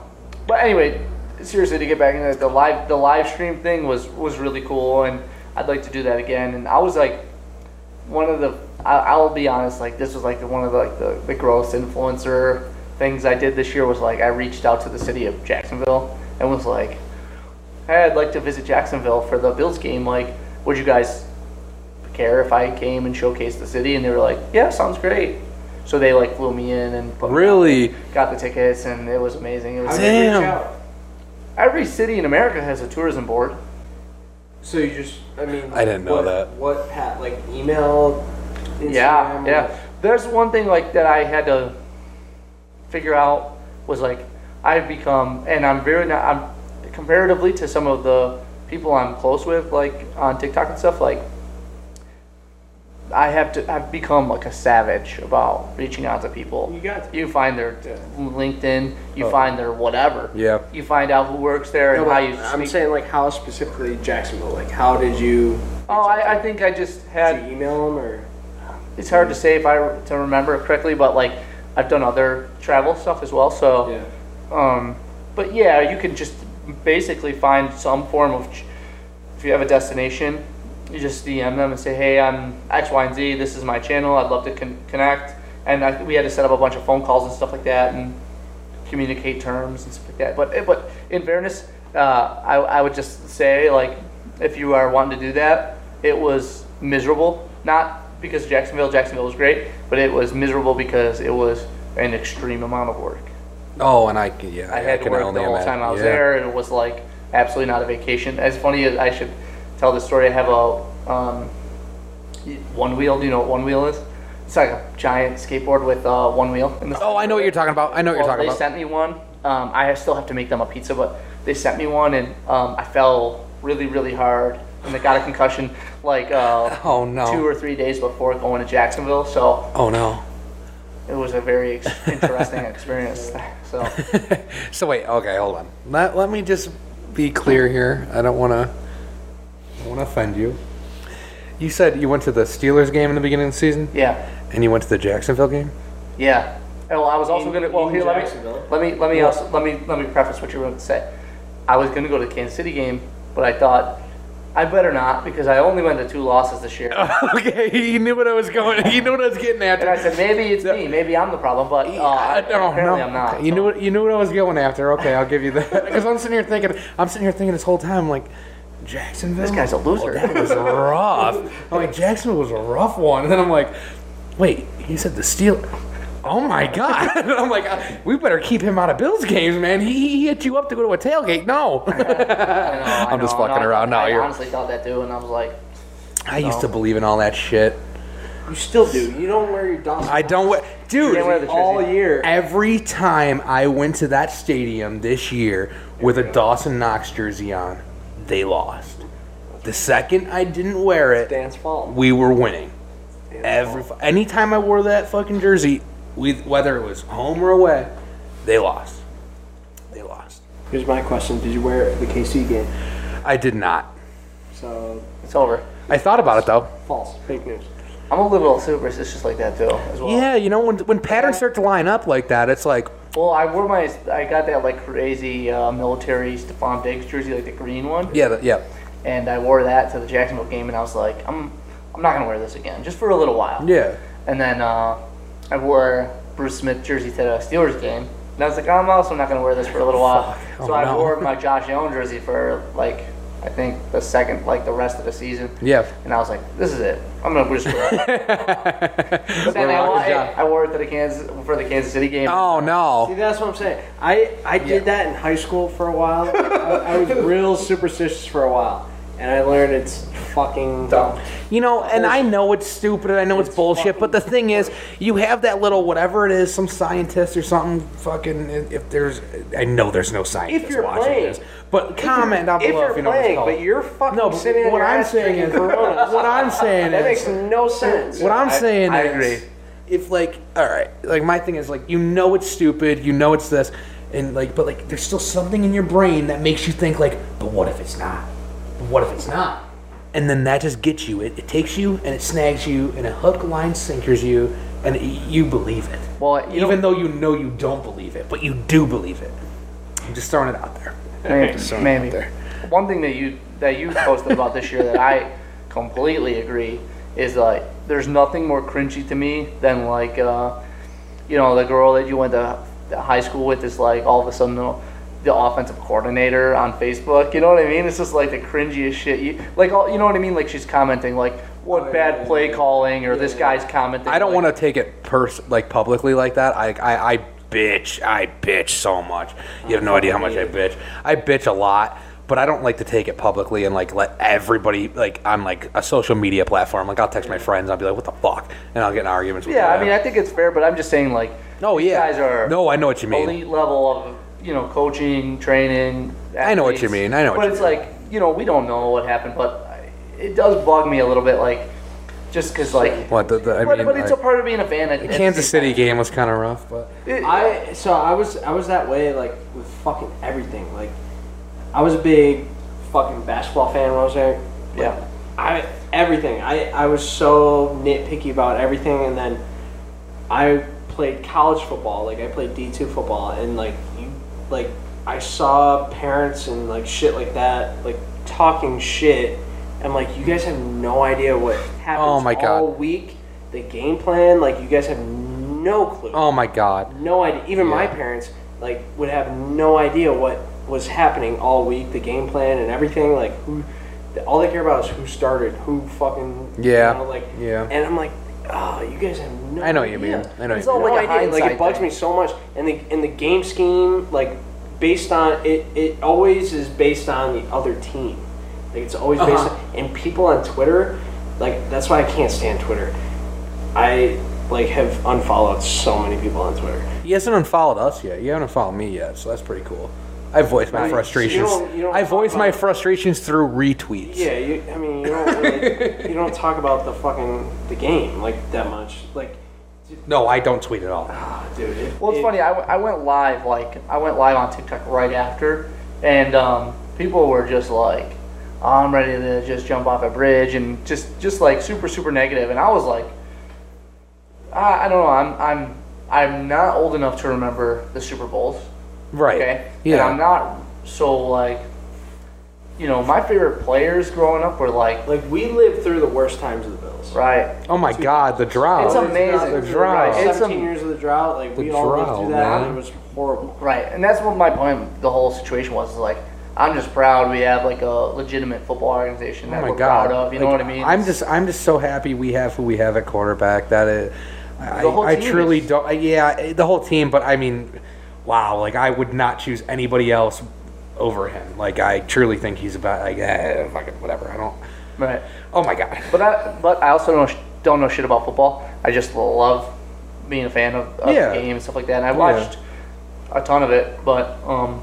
but anyway, seriously, to get back into it, the live the live stream thing was was really cool, and I'd like to do that again. And I was like, one of the I, I'll be honest, like this was like the, one of the, like the the gross influencer things I did this year was like I reached out to the city of Jacksonville and was like, hey, I'd like to visit Jacksonville for the Bills game. Like, would you guys care if I came and showcased the city? And they were like, yeah, sounds great. So they like flew me in and put me on
Really?
got the tickets and it was amazing. It was
Damn.
every city in America has a tourism board.
So you just, I mean,
I didn't know
what-
that.
What, ha- like email? Instagram,
yeah, yeah.
what?
There's one thing like that I had to figure out was like I've become and I'm very now I'm comparatively to some of the people I'm close with like on TikTok and stuff like I have to I've become like a savage about reaching out to people.
You got to.
you find their uh, LinkedIn, you find their whatever.
Yeah.
You find out who works there and
Oh. No,
how
but
you speak.
I'm saying like how specifically Jacksonville. Like how did you,
oh, I, I think I just had
did you email them or?
it's hard to say if I to remember correctly, but like I've done other travel stuff as well. So,
Yeah.
um, but yeah, you can just basically find some form of ch- if you have a destination, you just DM them and say, hey, I'm X, Y, and Z. This is my channel. I'd love to con- connect. And I, we had to set up a bunch of phone calls and stuff like that, and communicate terms and stuff like that. But but in fairness, uh, I I would just say like if you are wanting to do that, it was miserable. Not because Jacksonville, Jacksonville was great, but it was miserable because it was an extreme amount of work.
Oh, and I can- yeah.
I had to
can
work
only
the whole
imagine.
time I was
Yeah.
there, and it was like absolutely not a vacation. As funny as I should tell the story, I have a um, one wheel. Do you know what one wheel is? It's like a giant skateboard with uh, one wheel. In the
Oh, I know what you're talking about. I know what you're
well,
talking
they
about.
sent me one. Um, I still have to make them a pizza, but they sent me one, and um, I fell really, really hard, and I got a concussion like uh,
*laughs* Oh, no.
two or three days before going to Jacksonville. So
oh no.
it was a very ex- interesting *laughs* experience. So
So wait. Okay, hold on. Let let me just be clear here. I don't want to. I want to offend you. You said you went to the Steelers game in the beginning of the season,
yeah,
and you went to the Jacksonville game. *laughs*
yeah. And, well, I was also
In-
gonna. Well,
in
here let me
Jacksonville?
let me let me also let me let me preface what you were going to say. I was gonna go to the Kansas City game, but I thought I better not because I only went to two losses this year.
okay, he knew what I was going. He knew what I was getting
And I
*laughs*
after.
said maybe it's me, maybe I'm the problem, but uh,
Oh, I don't
apparently
know.
I'm not.
You
so.
knew what you knew what I was going after. Okay, I'll give you that. *laughs* Because I'm sitting here thinking, I'm sitting here thinking this whole time, like Jacksonville.
This guy's a loser.
*laughs* That was rough. I'm like Jacksonville was a rough one, and then I'm like, wait, he said the Steel. Oh my god! *laughs* And I'm like, "Uh, we better keep him out of Bills games, man. He, he hit you up to go to a tailgate. No.
I know, I
I'm just
know,
fucking
I-
around. No,
I
you're-
honestly thought that too, and I was like,
I used to believe in all that shit.
You still do. You don't wear your Dawson.
I don't, wa- dude.
can't wear the
all
jersey.
year.
Every time I went to that stadium this year with a Dawson Knox jersey on, they lost. The second I didn't wear it,
Dan's fault.
we were winning. Every anytime I wore that fucking jersey, we, whether it was home or away, they lost. They lost.
Here's my question: Did you wear it at the KC game?
I did not.
So
it's over.
I thought about it though.
false, fake news.
I'm a little superstitious like that too, as well.
Yeah, you know when when patterns start to line up like that, it's like
Well, I wore my, I got that like crazy uh, military Stephon Diggs jersey, like the green one,
yeah, that- yeah,
and I wore that to the Jacksonville game, and I was like, I'm, I'm not gonna wear this again, just for a little while.
yeah.
And then uh, I wore Bruce Smith jersey to the Steelers game. And I was like, I'm also not going to wear this for a little while.
Oh,
so I
no. *laughs*
wore my Josh Allen jersey for like, I think the second, like the rest of the season.
Yeah.
And I was like, this is it. I'm going to just wear
*laughs*
it. but then I, wore- I wore it to the Kansas, for the Kansas City game.
Oh
See,
no.
that's what I'm saying. I I did that in high school for a while. I,
*laughs*
I was real superstitious for a while, and I learned it's fucking dumb.
You know, and I know it's stupid and I know it's, bullshit, but the thing is, you have that little whatever it is, some scientist or something fucking if there's I know there's no scientist
If you're
watching
playing-
this. But comment down
if
below
you're
if you know what
playing,
it's called.
but you're fucking
no, but
sitting on
what
your
I'm
ass
saying
drinking
is
*laughs*
what I'm saying
That makes
is
no sense.
What I'm saying
I
is,
agree.
If like, all right, like my thing is like, you know it's stupid, you know it's this, and like, but like, there's still something in your brain that makes you think like, but what if it's not? But what if it's not? And then that just gets you. It, it takes you and it snags you and a hook, line, sinkers you, and y you believe it.
Well, you
even though you know you don't believe it, but you do believe it. I'm just throwing it out there.
Maybe. maybe. One thing that you that you posted about this year that I completely agree is like there's nothing more cringy to me than like uh, you know the girl that you went to to high school with is like all of a sudden the, the offensive coordinator on Facebook. You know what I mean? It's just like the cringiest shit. You like all you know what I mean? Like she's commenting like what
Oh,
bad play calling or this guy's commenting.
I don't
like,
want to take it pers- like publicly like that. I, I I bitch. I bitch so much. You have no idea how much I bitch. I bitch a lot, but I don't like to take it publicly and like let everybody like on like a social media platform. Like I'll text my friends. I'll be like, "What the fuck?" and I'll get in arguments. With
Yeah, I
them.
mean I think it's fair, but I'm just saying like
no,
these
yeah,
guys are
no, I know what you mean.
elite level of you know coaching, training.
I know what
athletes.
you mean, I know what
but
you
it's like you know we don't know what happened, but I- it does bug me a little bit, like just because like.
what the, the I
but,
mean,
but it's
I-
a part of being a fan. At, at
the
the
Kansas
same
City
time.
game was kind of rough, but
It-
I so I was I was that way like with fucking everything. Like I was a big fucking basketball fan when I was there.
Yeah.
I everything. I I was so nitpicky about everything, and then I played college football. Like I played D two football, and like you like I saw parents and like shit like that, like talking shit. I'm like, you guys have no idea what happens
Oh my God.
all week. The game plan, like you guys have no clue
oh my god,
no idea. Even my parents like would have no idea what was happening all week, the game plan and everything. Like who, all they care about is who started, who fucking
Yeah.
You know, like
Yeah.
And I'm like, oh, you guys have no.
I know what you
idea."
mean. I know what
it's
you
all
mean.
like
Like a
idea. Like it
hindsight
bugs
thing.
me so much. And the and the game scheme like based on it. It always is based on the other team. Like it's always based on and people on Twitter. Like that's why I can't stand Twitter. I like have unfollowed so many people on Twitter.
He hasn't unfollowed us yet. You haven't unfollowed me yet, so that's pretty cool. I voice my
Right.
frustrations.
You don't- you don't
I voice
talk
my
about-
frustrations through retweets.
Yeah, you, I mean, you don't really, you don't talk about the fucking the game like that much. Like, ah,
No, I don't tweet at all.
dude. It,
Well, it's
it-
funny. I, w- I went live like I went live on TikTok right after, and um, people were just like, "I'm ready to just jump off a bridge," and just just like super super negative. And I was like, I, I don't know. I'm I'm I'm not old enough to remember the Super Bowls.
Right.
Okay. And
Yeah.
I'm not so like you know, my favorite players growing up were like,
Like we lived through the worst times of the Bills.
right.
Oh my God, the drought.
It's amazing.
The drought.
Right. It's a-
17 years of the drought, like
The
we all lived
drought,
through that.
man.
It was horrible.
Right, and that's what my point. with The whole situation was is like, I'm just proud we have like a legitimate football organization
Oh
that
my
we're
God!
proud of. You know
Like,
what I mean?
I'm just I'm just so happy we have who we have at quarterback. That it, I,
The whole
I
team
truly
is-
don't. Yeah, the whole team. But I mean, wow! Like I would not choose anybody else over him. Like I truly think he's about like eh, fucking whatever. I don't.
right.
Oh my God!
But I, but I also don't, don't know shit about football. I just love being a fan of, of
Yeah.
the game and stuff like that. And I watched a ton of it, but um,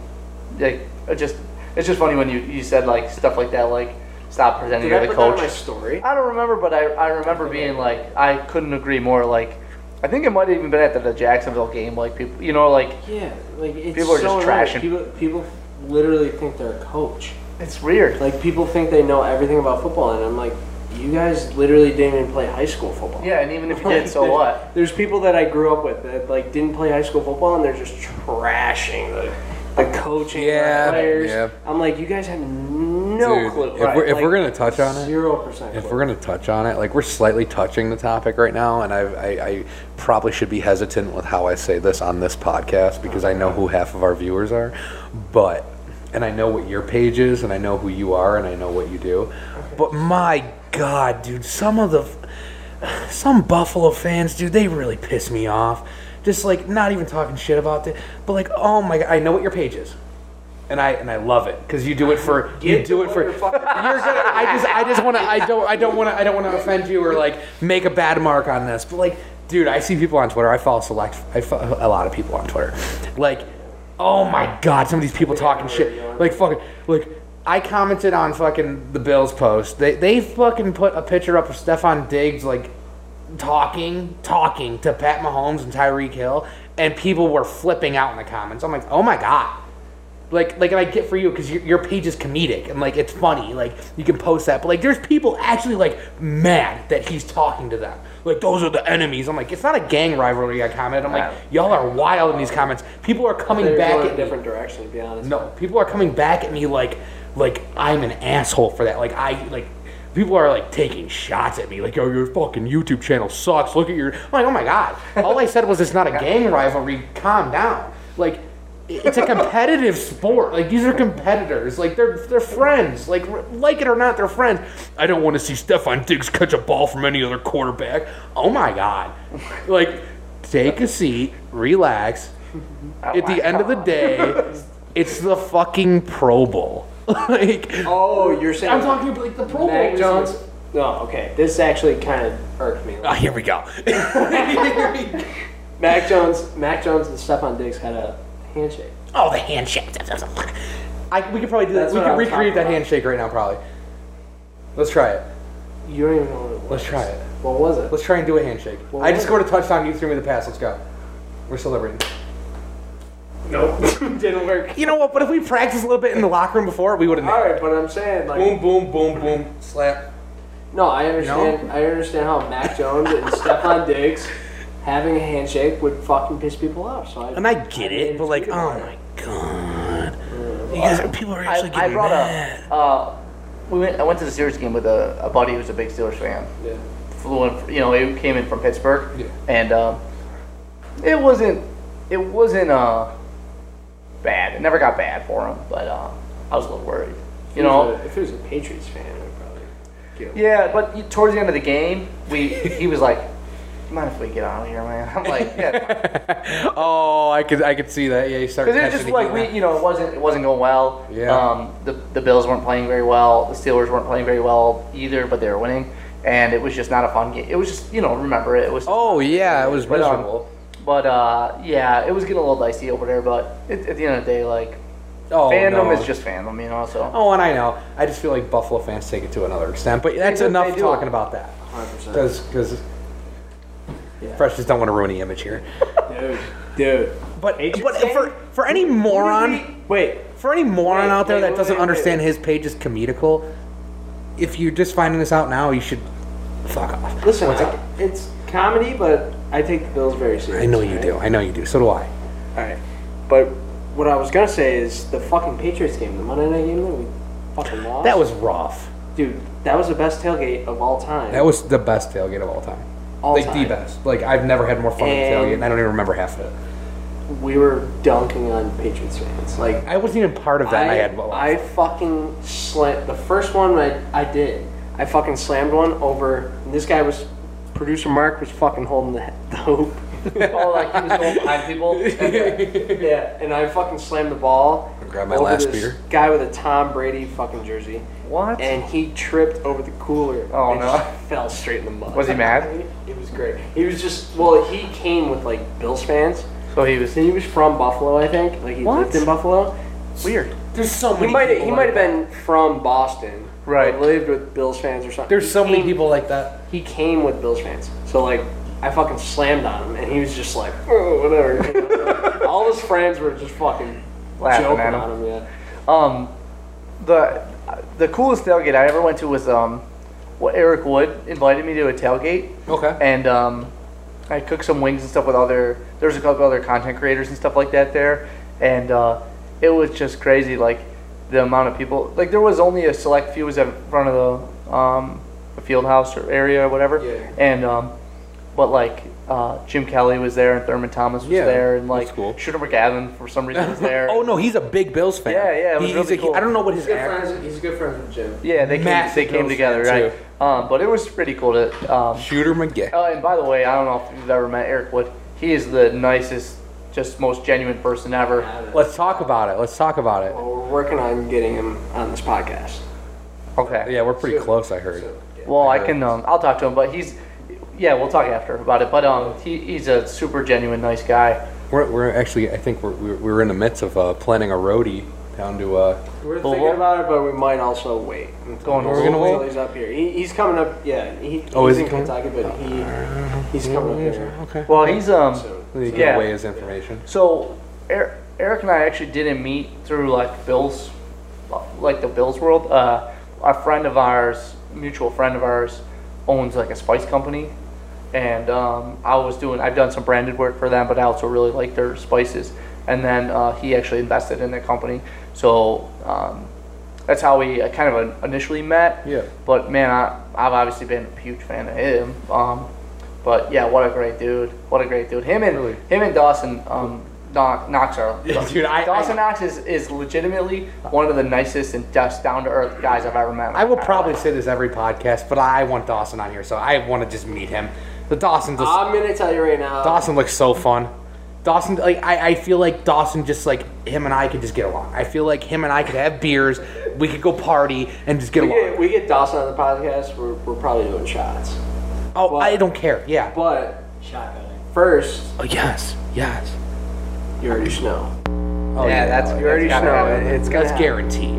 like it just it's just funny when you, you said like stuff like that, like stop presenting
Did
to
I
the
put that
coach.
in my story?
I don't remember, but I, I remember being like I couldn't agree more. Like I think it might have even been at the, the Jacksonville game. Like people, you know, like
Yeah, like it's
People are
so
just
annoying.
trashing.
People, people literally think they're a coach.
it's weird.
Like people think they know everything about football, and I'm like, you guys literally didn't even play high school football.
yeah, and
*laughs*
even if you
Like,
did, so
*laughs*
there's-
what?
There's people that I grew up with that like didn't play high school football, and they're just trashing the. The coaching,
Yeah,
the players.
yeah.
I'm like, you guys have no
Dude,
clue.
if we're- if we're gonna touch on it-
zero percent.
If we're gonna touch on it, like we're slightly touching the topic right now, and I, I, I probably should be hesitant with how I say this on this podcast because I know who half of our viewers are, but and I know what your page is, and I know who you are, and I know what you do, but my god, dude, some of the some Buffalo fans, dude, they really piss me off. Just like not even talking shit about it, but like, oh my god, I know what your page is, and I and I love it because you do it
*laughs*
for you
Get
do
to
it
what
for.
you're fucking-
*laughs* You're gonna, I just I just want to I don't I don't want to I don't want to offend you or like make a bad mark on this, but like, dude, I see people on Twitter. I follow select I follow a lot of people on Twitter, like, oh my god, some of these people talking shit, like fucking like. I commented on fucking the Bills post. They they fucking put a picture up of Stefan Diggs like talking, talking to Pat Mahomes and Tyreek Hill, and people were flipping out in the comments. I'm like, oh my god. Like, like, and I get for you because your, your page is comedic and like it's funny. Like, you can post that, but like, there's people actually like mad that he's talking to them. Like, those are the enemies. I'm like, it's not a gang rivalry. I commented. I'm like, y'all are wild in these comments. People are coming
they're
back
going
at
a
me.
different direction, to be honest.
No, people are coming back at me like like I'm an asshole for that. Like I like people are like taking shots at me like oh your fucking YouTube channel sucks. Look at your I'm like oh my god. All I said was it's not a gang rivalry. Calm down. Like it- it's a competitive sport. Like these are competitors. Like they're they're friends. Like r- like it or not, they're friends. I don't want to see Stefan Diggs catch a ball from any other quarterback. Oh my god. Like take a seat, relax, at the end of the day, it's the fucking Pro Bowl. *laughs* like
Oh, you're saying
I'm talking about like the Pro Bowl.
Mac
is-
Jones? No, okay. This actually kind of
*laughs*
irked me.
Ah, here we go.
Mac Jones, Mac Jones, and Stephon Diggs had a handshake.
oh, the handshake. *laughs* I, we could probably do that.
That's
We
what
could
I'm
recreate
talking
that
about.
handshake right now, probably. Let's try it.
You don't even know what it was.
Let's try it.
What was it?
Let's try and do a handshake.
Well,
I just
what-
scored a touchdown. You threw me the pass. Let's go. We're celebrating.
*laughs* Nope,
*laughs*
didn't work.
You know what? But if we practiced a little bit in the locker room before, we would have.
All right, but I'm saying like
Boom, boom, boom, boom. Slap.
no, I understand. I understand how Mac Jones and Stephon Diggs having a handshake would fucking piss people off. So I
And I get it, but like, oh my god, you guys, are- people are actually
I, I
getting
brought
mad.
up. Uh, we went. I went to the Steelers game with a, a buddy who's a big Steelers fan.
Yeah.
Flew in. You know, he came in from Pittsburgh,
Yeah.
and um, it wasn't. It wasn't uh, bad. It never got bad for him, but uh, I was a little worried. You know.
if he was a Patriots fan, I'd probably. kill him.
Yeah, but you- towards the end of the game, we he was like, "You "Mind if we get out of here, man?" I'm like,
*laughs*
"Yeah,"
Oh, I could I could see that. Yeah, you started.
because it was just like we, you know, it wasn't it wasn't going well.
Yeah.
Um, the the Bills weren't playing very well. The Steelers weren't playing very well either, but they were winning, and it was just not a fun game. It was just you know, remember it, it was.
Oh yeah, it was
But, um,
miserable.
But uh, yeah, it was getting a little dicey over there. But it, at the end of the day, like
oh
fandom
no.
is just fandom, you know. So
Oh, and I know. I just feel like Buffalo fans take it to another extent, but that's
do-
enough
they do.
talking about that
100%.
because because freshers don't want to ruin the image here.
Dude, dude.
But
Patriots
but
fan?
for for any moron.
Wait,
For any moron
Wait,
out there
wait,
that
wait,
doesn't
wait,
understand his page is comedical, if you're just finding this out now, you should fuck off.
listen, I, it's comedy, but I take the Bills very
I
seriously.
know you do. I know you do. So do I.
All right, but what I was gonna say is the fucking Patriots game, the Monday night game that we Fucking lost.
That was rough.
dude. That was the best tailgate of all time.
That was the best tailgate of all time.
All
like
time.
the best. Like I've never had more fun at a
And-
tailgate, and I don't even remember half of it.
we were dunking on Patriots fans. Like
I wasn't even part of that. and I,
I, I
had.
fucking slammed the first one I, I did. I fucking slammed one over. And this guy was producer Mark was fucking holding the, *laughs* the hoop.
Oh, like he was going
*laughs*
behind people.
yeah, and I fucking slammed the ball.
Grab my
over
last
this
beer.
Guy with a Tom Brady fucking jersey,
What?
and he tripped over the cooler.
Oh,
and
no.
just *laughs* fell straight in the mud.
Was he mad?
*laughs* It was great. He was just well. He came with like Bills fans.
So he was
He was from Buffalo, I think. Like he lived in Buffalo.
weird.
There's so
He
many.
might
people
he
like
might have
that.
been from Boston,
Right.
Or lived with Bills fans or something.
There's
He
so many
came-
people like that.
He came with Bills fans, so like I fucking slammed on him, and he was just like, oh, whatever. *laughs* you know? All his friends were just fucking
Laughing
joking
at him.
on him. Yeah,
Um, the the coolest tailgate I ever went to was um, what Eric Wood invited me to a tailgate.
Okay.
And um, I cooked some wings and stuff with other. There's a couple other content creators and stuff like that there, and uh, it was just crazy. Like the amount of people. Like there was only a select few was in front of the um, the field house or area or whatever.
Yeah.
And um, but like. Uh, Jim Kelly was there and Thurman Thomas was
Yeah,
there and like
that's cool.
Shooter McGavin for some
*laughs*
reason was there.
oh no, he's a big Bills fan.
Yeah, yeah, it was
He-
really
he's a,
cool.
I don't know what his
he's good
act-
friends. He's good friends with Jim.
Yeah, they came,
Massive
they came
Bills
together,
fan,
right? Um, but it was pretty cool to. Um,
Shooter McGay.
oh, and by the way, I don't know if you've ever met Eric Wood. He is the nicest, just most genuine person ever.
Let's talk about it. Let's talk about it.
Well, we're working on getting him on this podcast.
Okay.
Yeah, we're pretty close. I heard.
Well, I can. Um, I'll talk to him, but he's. Yeah, we'll talk after about it. But um, he, he's a super genuine, nice guy.
We're, we're actually. I think we're, we're we're in the midst of uh, planning a roadie down to. Uh,
We're
Well,
thinking
we'll-
about it, but we might also wait.
Going
until-
we're
gonna
until
wait?
He's up here. He, he's coming up. Yeah, he,
Oh,
he's
is
in
he coming?
Kentucky, but he he's coming up here.
okay.
Well, he's um.
So,
We need to give
Yeah.
away his information.
So Eric, Eric and I actually didn't meet through like Bills, like the Bills world. Uh, a friend of ours, mutual friend of ours, owns like a spice company, and um, I was doing. I've done some branded work for them, but I also really like their spices. And then uh, he actually invested in their company, so um, that's how we uh, kind of initially met.
Yeah.
But man, I, I've obviously been a huge fan of him. Um, but yeah, what a great dude! What a great dude! Him and
Really.
him and Dawson um, Knox Knox
*laughs*
are
Dude, I-
Dawson Knox is, is legitimately one of the nicest and just down to earth guys I've ever met.
I will probably say this every podcast, but I want Dawson on here, so I want to just meet him. The Dawson just
I'm gonna tell you right now.
Dawson looks so fun. Dawson, like I, I feel like Dawson just like him and I could just get along. I feel like him and I could have beers, we could go party and just get
we
along.
get, we get Dawson on the podcast. We're, we're probably doing shots,
Oh, I don't care. Yeah.
but
Shotgunning.
first
Oh yes, yes.
you already snow.
Oh
Yeah, that's
You already
that's
snow.
gotta-
It, it's gonna
that's guaranteed.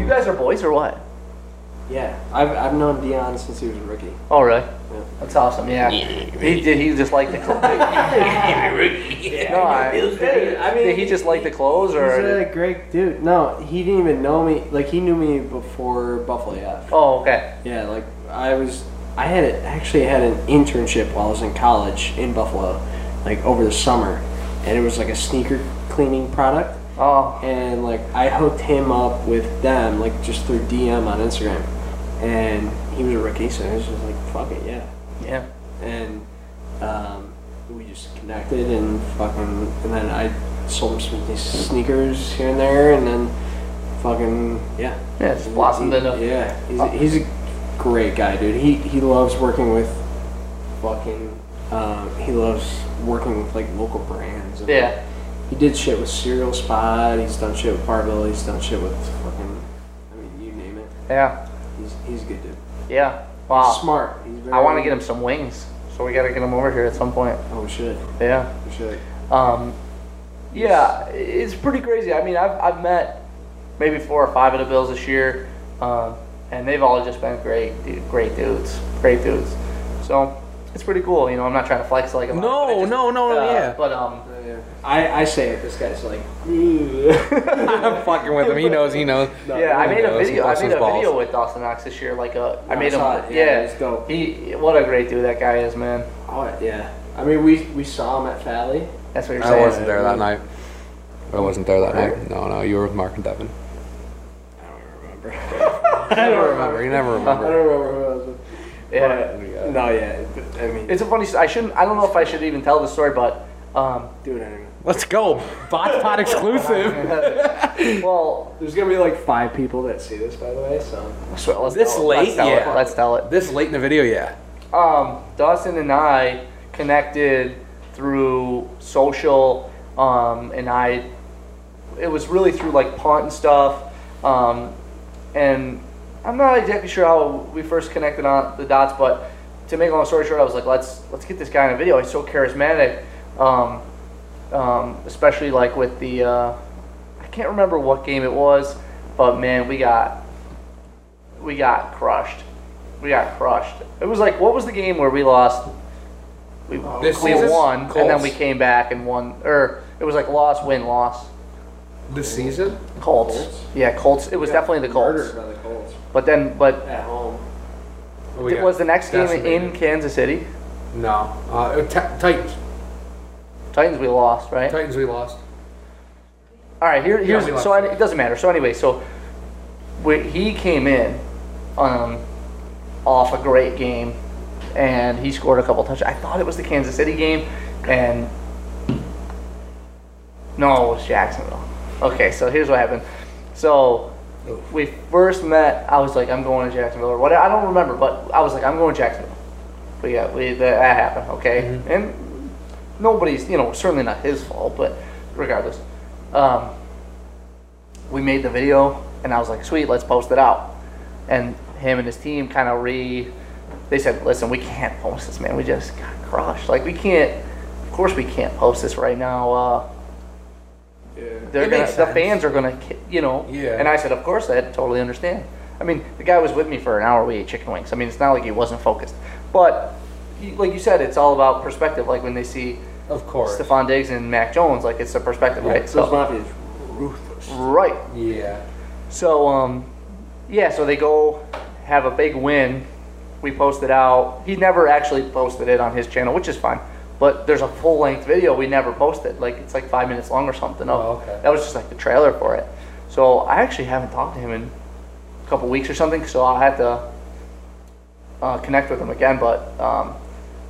You guys are boys or what?
happen. Yeah, I've, I've known Dion since he was a rookie.
Oh really? That's awesome. Yeah. He did. He just liked the *laughs* clothes. no, I,
Dude, I mean,
did he just like the clothes
He's
or?
a great dude. No, he didn't even know me. Like he knew me before Buffalo F.
Oh okay.
Yeah, like I was. I had a, actually had an internship while I was in college in Buffalo, like over the summer, and it was like a sneaker cleaning product.
Oh
And like I hooked him up with them, like just through DM on Instagram, and he was a rookie, so I was just like, "Fuck it, yeah."
yeah.
and um, we just connected and fucking and then I sold him some of these sneakers here and there and then fucking yeah
Yeah, it's blossomed into. Oh.
yeah he's a, he's a great guy dude he he loves working with fucking um, he loves working with like local brands and
Yeah.
he did shit with Cereal Spot he's done shit with Barbell he's done shit with fucking I mean you name it
Yeah.
he's he's a good dude
Yeah. Wow.
he's smart he's very
I want to get him some wings, so we gotta get him over here at some point.
oh shit
Yeah.
oh shit
Um, yeah, it's pretty crazy. I mean, I've, I've met maybe four or five of the Bills this year, um, and they've all just been great, dude, great dudes, great dudes. So it's pretty cool. You know, I'm not trying to flex like. I'm not,
No,
but it
no, no,
uh,
yeah.
But um,
I, I say it. This guy's
*laughs*
like, "Ugh."
*laughs* I'm fucking with him. He knows. He knows.
yeah, I
he
made a
knows. He
video. I
loves
made
his
a
balls.
video with Dawson Knox this year. Like a, I
Yeah, I
made him.
saw it. Yeah,
Yeah,
it's dope.
He, what a great dude that guy is, man.
oh, yeah. I mean, we we saw him at Fally.
That's what you're
I
saying.
wasn't there that night. I wasn't there that night. No, no, you were with Mark and Devin.
I don't remember.
*laughs* I don't
remember. You never
I
remember.
don't remember who it was.
Yeah.
But, no, yeah. but, I mean,
It's a funny. s- I shouldn't. I don't know if I should even tell the story, but um,
do it anyway.
Let's go. Botspot exclusive.
*laughs* well,
There's gonna be like five people that see this, by the way. So
so let's
This
tell it.
late?
Let's tell it.
Yeah.
Let's tell it.
This late in the video, yeah.
um, Dustin and I connected through social, um, and I, it was really through like Punt and stuff, um, and I'm not exactly sure how we first connected on the dots, but to make a long story short, I was like, let's let's get this guy in a video. He's so charismatic, um, um, especially like with the, uh, I can't remember what game it was, but man, we got we got crushed. We got crushed. It was like what was the game where we lost? We,
This
we
season?
won, and then
Colts.
we came back and won. Or it was like loss, win, loss.
This season?
Colts. Yeah, Colts. It was definitely the Colts.
murdered by the Colts
But then, but
at home.
What we
it
got?
was the next game
Decimated.
in Kansas City.
No. Uh, t- Titans.
Titans we lost, right?
Titans we lost.
All right, here, here's
we lost.
so I, it doesn't matter. So anyway, so we, he came in um, off a great game, and he scored a couple touchdowns. I thought it was the Kansas City game, and no, it was Jacksonville. Okay, so here's what happened. So we first met. I was like, I'm going to Jacksonville or what? I don't remember, but I was like, I'm going to Jacksonville. But yeah, we, that happened. Okay, and nobody's, you know, certainly not his fault, but regardless. Um, we made the video, and I was like, sweet, let's post it out. And him and his team kind of re, they said, listen, we can't post this, man. We just got crushed. Like, we can't, of course, we can't post this right now. Uh, they're
It
gonna,
makes
the
sense.
fans are gonna, ki- you know.
Yeah.
And I said, of course, I totally understand. I mean, the guy was with me for an hour. We ate chicken wings. I mean, it's not like he wasn't focused. But, you- like you said, it's all about perspective. Like when they see uh,
Of course.
Stephon Diggs and Mac Jones, like it's the perspective, right?
Those
So,
mafias ruthless.
right.
Yeah.
So, um, yeah, so they go have a big win. We post it out. He never actually posted it on his channel, which is fine. But there's a full length video we never posted. Like it's like five minutes long or something.
Oh, okay.
That was just like the trailer for it. So I actually haven't talked to him in a couple weeks or something. So I'll have to uh, connect with him again. But um,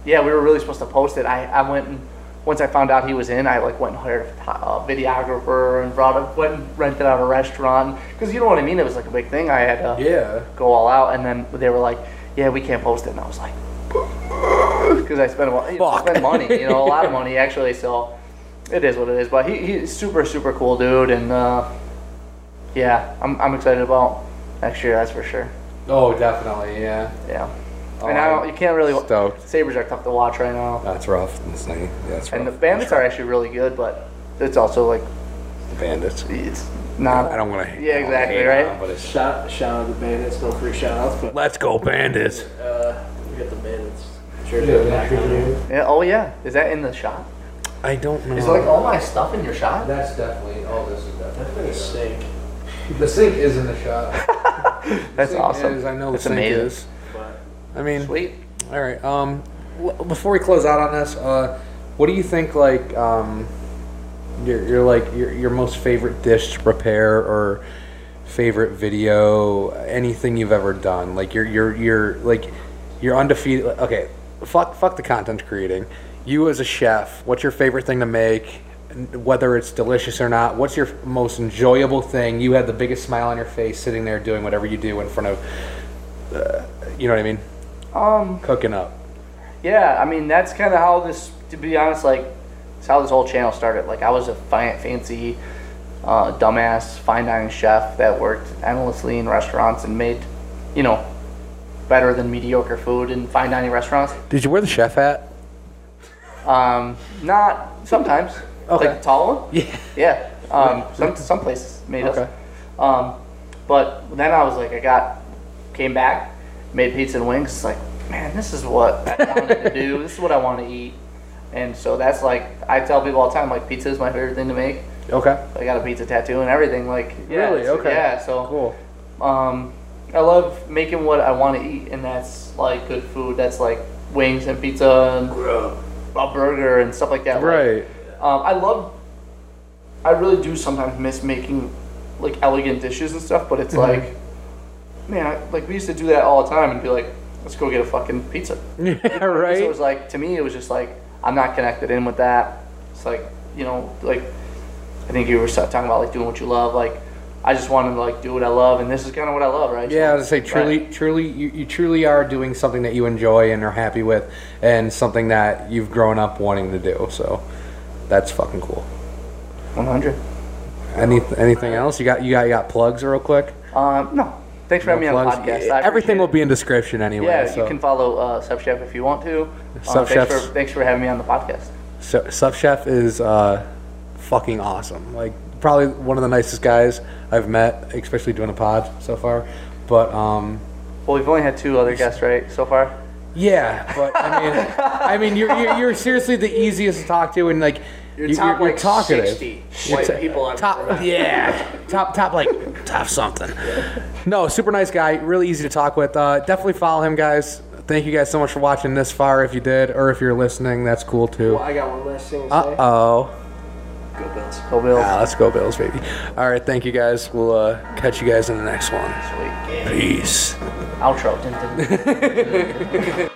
yeah, we were really supposed to post it. I, I went and once I found out he was in, I like went and hired a photo- uh, videographer and brought up, went and rented out a restaurant because you know what I mean. It was like a big thing. I had to
Yeah.
go all out, and then they were like, "Yeah, we can't post it," and I was like, *laughs* "Because I spent a lot, you know,
Fuck.
spent money, you know, a lot of money actually." So it is what it is. But he, he's super super cool dude, and uh, yeah, I'm I'm excited about next year. That's for sure.
Oh, definitely. Yeah.
Yeah, and I don't, you can't really
Stoked.
Sabers are tough to watch right now.
Oh, That's rough. That's nice. That's rough.
And the bandits are actually really good, but it's also like
The bandits.
it's not.
I don't want to.
Yeah, exactly, right?
but it's
Shout, shout out to the bandits. No free shout outs, but
Let's go, bandits.
uh, we got the bandits. Sure, they're back on it.
Yeah, oh yeah, is that in the shot?
I don't know.
Is like all my stuff in your shot?
That's definitely. Oh, this is definitely.
That's sick.
The sink is in the shot.
That's
sink
awesome.
Is, I know
That's
the sink
amazing.
is. I mean,
Sweet.
all right. Um, l- before we close out on this, uh, what do you think? Like, um, your your like your your most favorite dish to prepare or favorite video, anything you've ever done. Like your your your like you're undefeated. Okay, fuck fuck the content creating. You as a chef, what's your favorite thing to make? N- Whether it's delicious or not, what's your most enjoyable thing? You had the biggest smile on your face sitting there doing whatever you do in front of, uh, you know what I mean?
Um,
Cooking up.
yeah, I mean that's kind of how this. To be honest, like, it's how this whole channel started. Like, I was a fi- fancy, uh, dumbass fine dining chef that worked endlessly in restaurants and made, you know, better than mediocre food in fine dining restaurants.
Did you wear the
*laughs*
chef hat?
Um, not sometimes.
Okay.
Like the tall one.
Yeah.
*laughs* Yeah. Um, some some places made us.
Okay.
Um, but then I was like, I got came back, made pizza and wings. It's like, man, this is what I wanted
*laughs*
to do. This is what I want to eat. And so that's like I tell people all the time, like pizza is my favorite thing to make.
Okay.
I got a pizza tattoo and everything. Like, yeah,
Really?
so-
Okay.
Yeah. So
Cool.
um, I love making what I want to eat, and that's like good food. That's like wings and pizza and a burger and stuff like that. Like,
Right.
um, I love.
Mm-hmm.
I really do sometimes miss making like elegant dishes and stuff, but it's like man, like we used to do that all the time and be like, let's go get a fucking pizza.
yeah,
So it
right.
was like to me, it was just like I'm not connected in with that. It's like you know, like I think you were talking about like doing what you love. Like I just wanted to like do what I love, and this is kind of what I love, right?
Yeah, I
So-
was gonna say truly,
Right.
truly, you, you truly are doing something that you enjoy and are happy with, and something that you've grown up wanting to do. So that's fucking cool.
100.
Any, anything else? You got you got you got plugs real quick.
Um, no, thanks for
No
having me on the
plugs?
podcast.
Eh,
I
Everything
appreciate
will
it.
be in description anyway.
Yeah,
so.
you can follow uh, Sub Chef if you want to. Uh,
Sub
thanks,
Chef's-
for, thanks for having me on the podcast.
So, Sub Chef is uh, fucking awesome. Like probably one of the nicest guys I've met, especially doing a pod so far. But um,
Well, we've only had two other guests, right, so far?
yeah, but I mean, I mean, you're, you're you're seriously the easiest to talk to, and like you're, you're,
top,
you're
like,
talkative.
60
You're
white
ta-
people I've
top,
ever met.
yeah, top top like top something. No, super nice guy, really easy to talk with. Uh, definitely follow him, guys. Thank you guys so much for watching this far. If you did, or if you're listening, that's cool too.
Well, I got one last thing to
Uh oh.
say. Go Bills.
Go Bills.
Ah, let's go Bills, baby. All right, thank you guys. We'll uh, catch you guys in the next one.
Sweet.
Peace.
Outro. Dun, dun, dun.